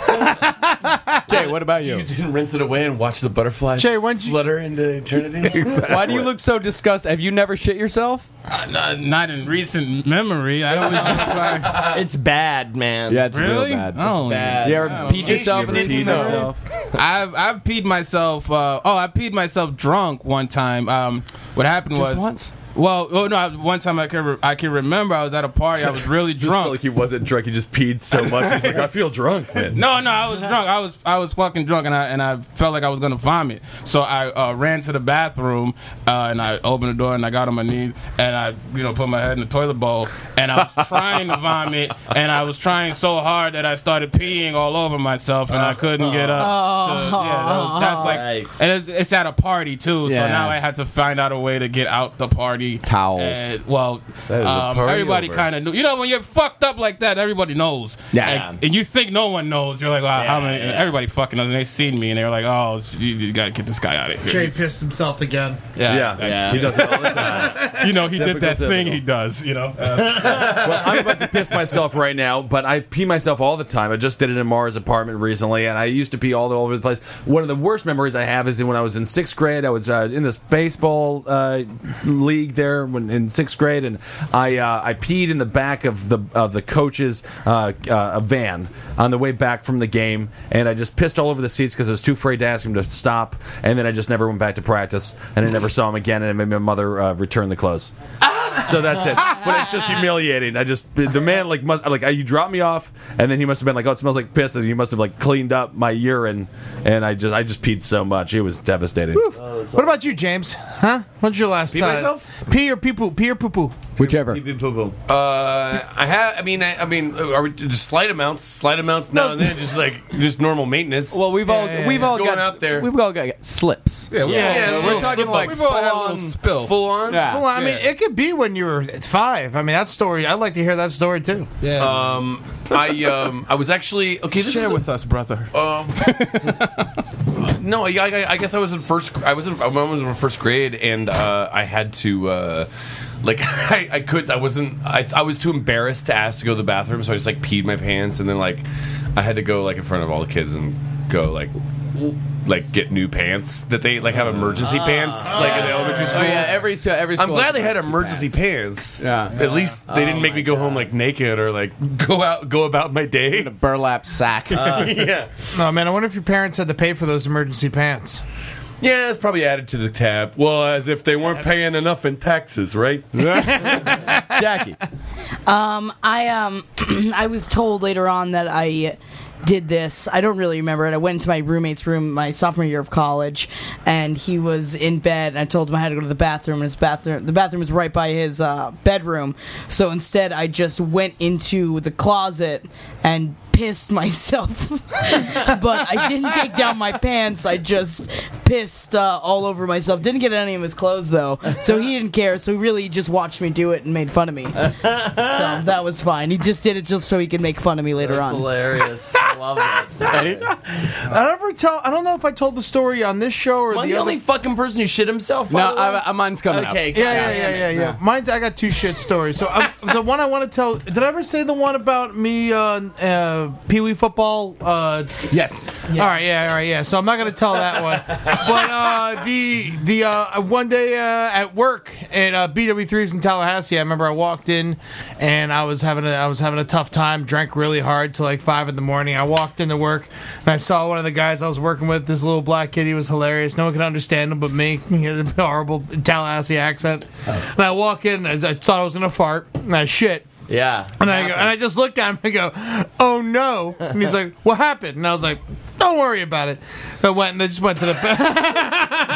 Speaker 9: Jay, what about you?
Speaker 8: You didn't rinse it away and watch the butterflies Jay, when you... flutter into eternity.
Speaker 9: Why do you look so disgusted? Have you never shit yourself?
Speaker 3: Uh, not, not in recent memory. I don't.
Speaker 8: Uh,
Speaker 13: it's bad, man.
Speaker 9: Yeah, it's
Speaker 3: really?
Speaker 9: real bad.
Speaker 3: Oh,
Speaker 9: it's bad. You ever peed yourself? in the snow?
Speaker 3: I've I've peed myself. Uh, oh, I peed myself drunk one time. Um, what happened
Speaker 9: Just
Speaker 3: was
Speaker 9: once?
Speaker 3: Well, oh no! I- One time I can re- I can remember I was at a party. I was really drunk.
Speaker 16: like he wasn't drunk. He just peed so much. He's like, I feel drunk, man.
Speaker 3: No, no, I was drunk. I was I was fucking drunk, and I and I felt like I was gonna vomit. So I uh, ran to the bathroom, uh, and I opened the door, and I got on my knees, and I you know put my head in the toilet bowl, and I was trying to vomit, and I was trying so hard that I started peeing all over myself, and I couldn't get up. to- yeah, that was- that's like,
Speaker 13: Yikes.
Speaker 3: and it's, it's at a party too, so
Speaker 13: Yeah.
Speaker 3: now I had to find out a way to get out the party
Speaker 9: towels.
Speaker 3: well,
Speaker 9: is a
Speaker 3: um,
Speaker 9: party
Speaker 3: everybody
Speaker 9: over.
Speaker 3: kind of knew. You know, when you're fucked up like that, everybody knows.
Speaker 9: Yeah.
Speaker 3: And, and you think no one knows. You're like, wow, how many? and everybody fucking knows. And they seen me, and they're like, oh, you, you gotta get this guy out of here.
Speaker 10: Jay pissed himself again.
Speaker 3: Yeah,
Speaker 16: Yeah.
Speaker 3: Like,
Speaker 16: Yeah. He does it all the time.
Speaker 3: You know, he
Speaker 16: Typical,
Speaker 3: did that thing
Speaker 16: typical.
Speaker 3: he does. You know, Uh,
Speaker 16: well, I'm about to piss myself right now, but I pee myself all the time. I just did it in Mara's apartment recently, and I used to pee all over the place. One of the worst memories I have is when I was in sixth grade. I was uh, in this baseball uh, league there when, in sixth grade, and I uh, I peed in the back of the of the coach's uh, uh, van on the way back from the game, and I just pissed all over the seats because I was too afraid to ask him to stop, and then I just never went back to practice, and I never saw him again, and it made my mother uh, return the clothes. So that's it. But it's just humiliating. I just the man like must like you dropped me off, and then he must have been like, oh, it smells like piss, and he must have like cleaned up my urine, and I just I just peed so much, it was devastating.
Speaker 10: What about you, James? Huh? What's your last
Speaker 8: Pee
Speaker 10: uh,
Speaker 8: myself?
Speaker 10: Pee or pee poo? Pee or poo poo?
Speaker 9: Whichever.
Speaker 8: Uh, I have. I mean, I, I mean, uh, are we just slight amounts? Slight amounts now and then, just like just normal maintenance.
Speaker 9: Well, we've all we've all
Speaker 8: going
Speaker 9: got
Speaker 8: out there.
Speaker 9: We've all got slips.
Speaker 8: Yeah, we've Yeah, all- yeah, we're
Speaker 10: We're talking like
Speaker 3: spill.
Speaker 8: Full on?
Speaker 10: Ah, Yeah. Full on. I
Speaker 8: Yeah.
Speaker 10: mean, it could be when you were at five. I mean, that story. I'd like to hear that story too.
Speaker 8: Um, I um, I was actually okay. This
Speaker 10: Share
Speaker 8: is
Speaker 10: with
Speaker 3: us, brother.
Speaker 8: Um, no, I, I, I guess I was in first. I was in, I was in first grade, and uh, I had to uh, like I, I could I wasn't I, I was too embarrassed to ask to go to the bathroom, so I just like peed my pants, and then like I had to go like in front of all the kids and go like. Like get new pants that they like have emergency pants like in the elementary school.
Speaker 9: Oh, Ah. yeah, every so every.
Speaker 8: I'm
Speaker 9: school
Speaker 8: glad
Speaker 9: has
Speaker 8: they had
Speaker 9: emergency
Speaker 8: emergency pants.
Speaker 9: Yeah. Oh
Speaker 8: At least they didn't make me go home like naked or like go out go about my day in a
Speaker 9: burlap sack.
Speaker 10: Uh,
Speaker 8: yeah.
Speaker 10: No, man. I wonder if your parents had to pay for those emergency pants.
Speaker 8: Yeah, it's probably added to the tab. Well, as if they weren't paying enough in taxes, right?
Speaker 9: Jackie.
Speaker 11: Um, I um, I was told later on that I did this. I don't really remember it. I went into my roommate's room my sophomore year of college, and he was in bed. And I told him I had to go to the bathroom, and his bathroom the bathroom was right by his uh, bedroom. So instead, I just went into the closet and pissed myself. but I didn't take down my pants. I just pissed uh, all over myself. Didn't get any of his clothes though, so he didn't care. So he really just watched me do it and made fun of me. So that was fine. He just did it just so he could make fun of me later on.
Speaker 13: hilarious. I love that.
Speaker 10: I don't ever tell. I don't know if I told the story on this show or
Speaker 13: Am I
Speaker 10: the
Speaker 13: the
Speaker 10: other.
Speaker 13: only fucking person who shit himself? by the way? okay,
Speaker 10: Yeah, yeah, yeah, yeah, yeah. Mine's. I got two shit stories. So i the one I want to tell. Did I ever say the one about me? Uh, uh, Pee Wee football. Uh,
Speaker 9: yes.
Speaker 10: All right. Yeah. All right. Yeah. So I'm not gonna tell that one. but uh, the the uh, one day uh, at work at uh, BW3s in Tallahassee, I remember I walked in and I was having a, I was having a tough time. Drank really hard till like five in the morning. I walked into work and I saw one of the guys I was working with. This little black kid. He was hilarious. No one could understand him but me. He had a horrible Tallahassee accent. And I walk in. I, I thought I was gonna fart. And I shit.
Speaker 13: Yeah.
Speaker 10: And I, go, and I just looked at him and go, oh no. And he's like, what happened? And I was like, don't worry about it. I went and I just went to the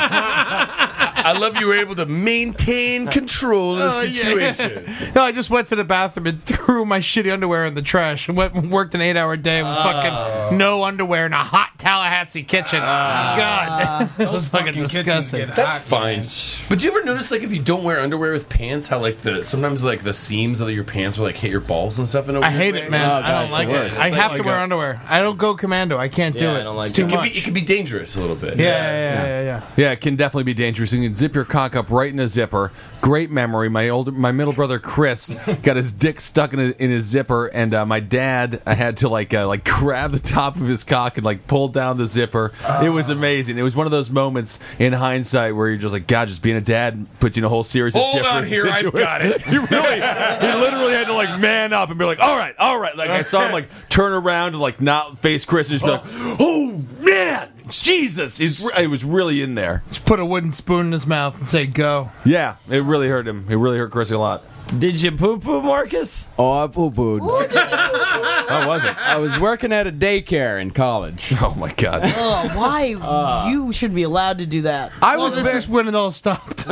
Speaker 8: I love you were able to maintain control of the
Speaker 10: Oh, yeah.
Speaker 8: situation.
Speaker 10: no, I just went to the bathroom and threw my shitty underwear in the trash and went and worked an eight hour day with fucking no underwear in a hot Tallahassee kitchen. God. that was fucking disgusting.
Speaker 8: That's fine. But do you ever notice like if you don't wear underwear with pants, how like the sometimes like the seams of your pants will like hit your balls and stuff in a
Speaker 10: I
Speaker 8: weird
Speaker 10: hate
Speaker 8: way?
Speaker 10: it,
Speaker 9: Oh,
Speaker 10: man. I don't like it.
Speaker 8: It's
Speaker 10: I
Speaker 8: like-
Speaker 10: have
Speaker 8: like
Speaker 10: to wear
Speaker 8: a-
Speaker 10: underwear. I don't go commando. I can't do
Speaker 8: Yeah,
Speaker 10: it.
Speaker 8: I don't like
Speaker 10: it's too
Speaker 8: it. It can
Speaker 10: much.
Speaker 8: be- it can be dangerous a little bit.
Speaker 10: Yeah, yeah, yeah, yeah. yeah.
Speaker 16: Yeah, it can definitely be dangerous. You can
Speaker 8: zip your cock up right in a zipper. Great memory. My older, my middle brother Chris got his dick stuck in, a, in his zipper, and uh, my dad I had to like uh, like grab the top of his cock and like pull down the zipper. It
Speaker 17: Ah.
Speaker 8: was amazing. It was one of those moments in hindsight where you're just like, God, just being a dad puts you in a whole series of
Speaker 17: Hold
Speaker 8: different
Speaker 17: on here, I've
Speaker 8: situations."
Speaker 17: got it. You really, he literally had to like man up and be like, all right, all right.
Speaker 8: Like I saw him like turn around and like not face Chris and just be like, "Oh man, Jesus!" He's re- it was really in there.
Speaker 10: Just put a wooden spoon in his mouth and say go.
Speaker 8: Yeah, it really hurt him. It really hurt Chris a lot.
Speaker 13: Did you poo poo, Marcus?
Speaker 9: Oh, I poo pooed.
Speaker 8: How was it?
Speaker 9: I was working at a daycare in college.
Speaker 8: Oh my god.
Speaker 11: Oh, why
Speaker 9: Uh.
Speaker 11: you should be allowed to do that?
Speaker 9: I Well, was this ve- is
Speaker 10: when it all stopped.
Speaker 8: shit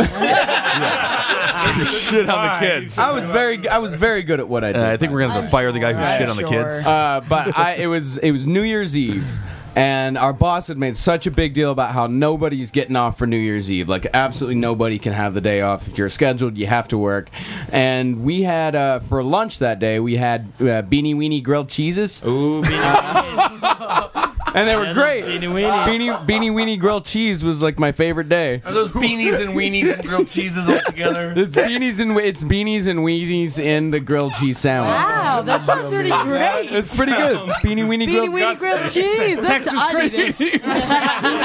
Speaker 8: on the kids.
Speaker 9: I was very, I was very good at what I did.
Speaker 8: Uh, I think we're gonna have to fire the guy who shit on the kids.
Speaker 9: Uh, but I, it was it was New Year's Eve. And our boss had made such a big deal about how nobody's getting off for New Year's Eve. Like, absolutely nobody can have the day off. If you're scheduled, you have to work. And we had, uh, for lunch that day, we had uh, Beanie Weenie grilled cheeses. Ooh, And they were great. Beanie Weenie. Beanie, Beanie Weenie grilled cheese was like my favorite day.
Speaker 10: Are those beanies and weenies and grilled cheeses all together?
Speaker 9: It's beanies and it's beanies and weenies in the grilled cheese sandwich.
Speaker 11: Wow, that sounds pretty great.
Speaker 9: It's pretty good. Beanie weenie
Speaker 11: Beanie
Speaker 9: grilled,
Speaker 11: Weenie grilled cheese. That's
Speaker 9: Texas
Speaker 11: Christmas.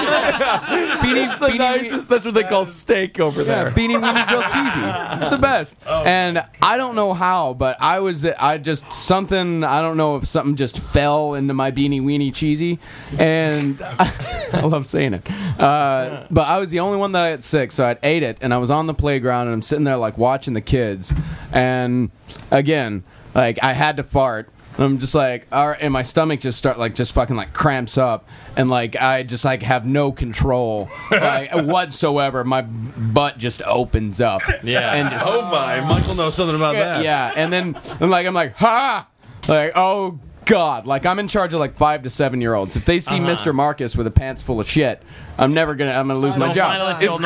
Speaker 9: Beanie,
Speaker 8: the nicest. That's what they call steak over
Speaker 9: Yeah,
Speaker 8: there. Oh.
Speaker 9: beanie weenie grilled cheesy. It's the best. And I don't know how, but I was I just something I don't know if something just fell into my beanie weenie cheesy, and I, love saying it. Uh, but I was the only one that I got sick, so I would ate it, and I was on the playground, and I'm sitting there like watching the kids, and again, like I had to fart. And I'm just like, all right, and my stomach just start like just fucking like cramps up, and like I just like have no control like, whatsoever. My butt just opens up,
Speaker 8: Yeah.
Speaker 9: and just
Speaker 8: oh my, Michael knows something about that.
Speaker 9: yeah, and then and like I'm like ha, like oh god, like I'm in charge of like five to seven year olds. If they see
Speaker 8: Uh-huh.
Speaker 9: Mr. Marcus with a pants full of shit, I'm never gonna I'm gonna lose my job.
Speaker 8: pants.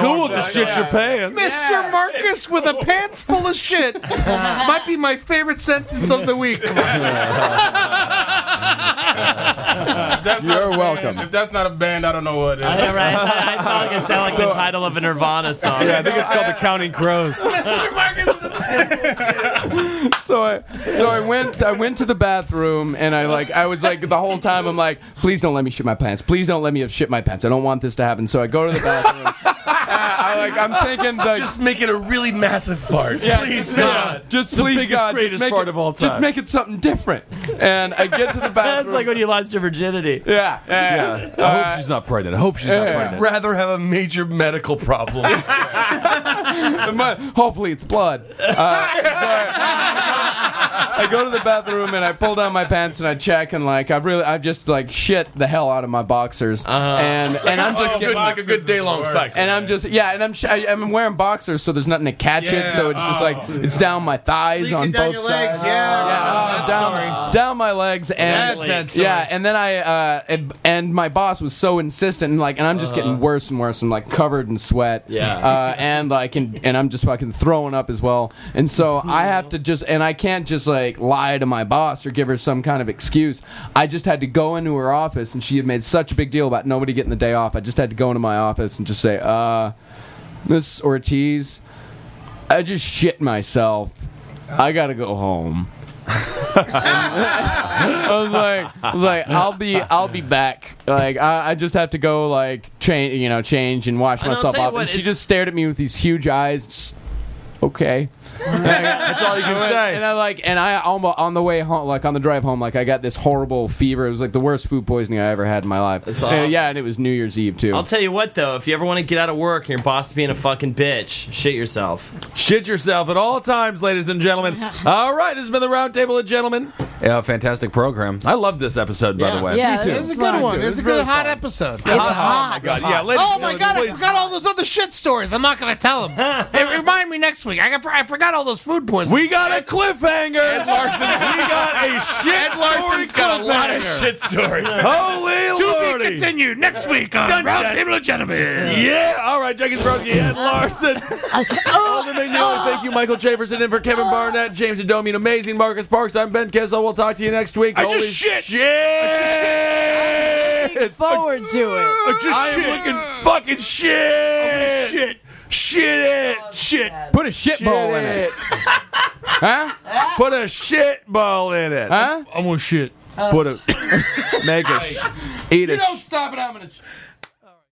Speaker 10: Mr. Marcus with a pants full of shit might be my favorite sentence of the week.
Speaker 3: That's You're welcome. If that's not a band, I don't know what it is.
Speaker 13: I know, right? I, I felt like it sounded like the title of a Nirvana song.
Speaker 3: Yeah, I think
Speaker 8: it's called The Counting Crows.
Speaker 9: so I so I went I went to the bathroom and I like I was like the whole time I'm like please don't let me shit my pants please don't let me shit my pants I don't want this to happen so I go to the bathroom I, like I'm thinking like,
Speaker 17: just make it a really massive fart.
Speaker 9: Yeah,
Speaker 17: please
Speaker 9: just-
Speaker 17: God.
Speaker 9: yeah, just please God, just make it- just make it something different. And I get to the bathroom. That's
Speaker 13: like when you lost your virginity.
Speaker 9: Yeah.
Speaker 17: Yeah.
Speaker 8: I hope she's not pregnant. I hope she's not
Speaker 17: I'd
Speaker 8: pregnant.
Speaker 17: rather have a major medical problem.
Speaker 9: Hopefully it's blood. Uh, so I, I go to the bathroom and I pull down my pants and I check and like I really I've just like shit the hell out of my boxers and and I'm just
Speaker 17: Uh-huh. Oh, good,
Speaker 9: getting
Speaker 17: like a good day long cycle.
Speaker 9: And I'm just yeah, and I'm sh- I, I'm wearing boxers, so there's nothing to catch it. So it's just like it's down my thighs on both sides.
Speaker 10: yeah.
Speaker 9: yeah, uh, down, down my legs, and
Speaker 10: Sad, sad story.
Speaker 9: yeah, and then I uh, and, and my boss was so insistent, and like, and I'm just getting worse and worse. I'm like covered in sweat,
Speaker 13: Yeah.
Speaker 9: uh, and like, and, and I'm just fucking throwing up as well. And so I have to just, and I can't just like lie to my boss or give her some kind of excuse. I just had to go into her office, and she had made such a big deal about nobody getting the day off. I just had to go into my office and just say, uh, Miss Ortiz, I just shit myself. I gotta go home. I was like, I was like, I'll be, I'll be back. Like, I, I just have to go, like, change, you know, change and wash
Speaker 13: And I'll
Speaker 9: myself
Speaker 13: tell you
Speaker 9: off.
Speaker 13: what,
Speaker 9: and she
Speaker 13: it's-
Speaker 9: just stared at me with these huge eyes. just, okay. That's all you can say. And I like, and I almost on the way home, like on the drive home, like I got this horrible fever. It was like the worst food poisoning I ever had in my life.
Speaker 13: That's
Speaker 9: And,
Speaker 13: awful.
Speaker 9: yeah, and it was New Year's Eve too.
Speaker 13: I'll tell you what, though, if you ever want to get out of work and your boss is being a fucking bitch, shit yourself.
Speaker 8: Shit yourself at all times, ladies and gentlemen. All right, this has been the Roundtable of Gentlemen. Yeah, fantastic program. I love this episode, by the way.
Speaker 10: it was a good one. It was a good hot episode. It's
Speaker 8: hot. Oh my God, yeah, ladies
Speaker 10: oh
Speaker 8: and
Speaker 10: my
Speaker 8: gentlemen,
Speaker 10: god, I
Speaker 8: please-
Speaker 10: forgot all those other shit stories. I'm not gonna tell them. hey, remind me next week. I, got, I forgot all those food poisons.
Speaker 8: We got a cliffhanger. Ed Larson. We got a shit
Speaker 10: Ed Larson's got a lot of shit
Speaker 17: stories.
Speaker 8: Holy
Speaker 10: To be
Speaker 8: lordy.
Speaker 10: continued next week on
Speaker 8: Dun, dun.
Speaker 10: Roundtable of Gentlemen.
Speaker 8: Yeah, all right, Jenkins Broski, Ed Larson.
Speaker 10: Oh.
Speaker 8: Alden McNeil, thank you, Michael Jefferson, and for Kevin Barnett, James Adomi, and amazing Marcus Parks. I'm Ben Kessel. We'll talk to you next week.
Speaker 17: I just
Speaker 8: Holy
Speaker 17: shit.
Speaker 8: shit.
Speaker 11: Forward to it.
Speaker 17: I am looking fucking shit. shit.
Speaker 8: Shit it! shit!
Speaker 13: Put a shit
Speaker 8: ball in it. huh? Put a shit ball in it.
Speaker 13: Huh?
Speaker 8: I want shit.
Speaker 18: Put a. Make a. sh- eat a.
Speaker 3: You
Speaker 18: sh-
Speaker 3: don't stop it. I'm gonna.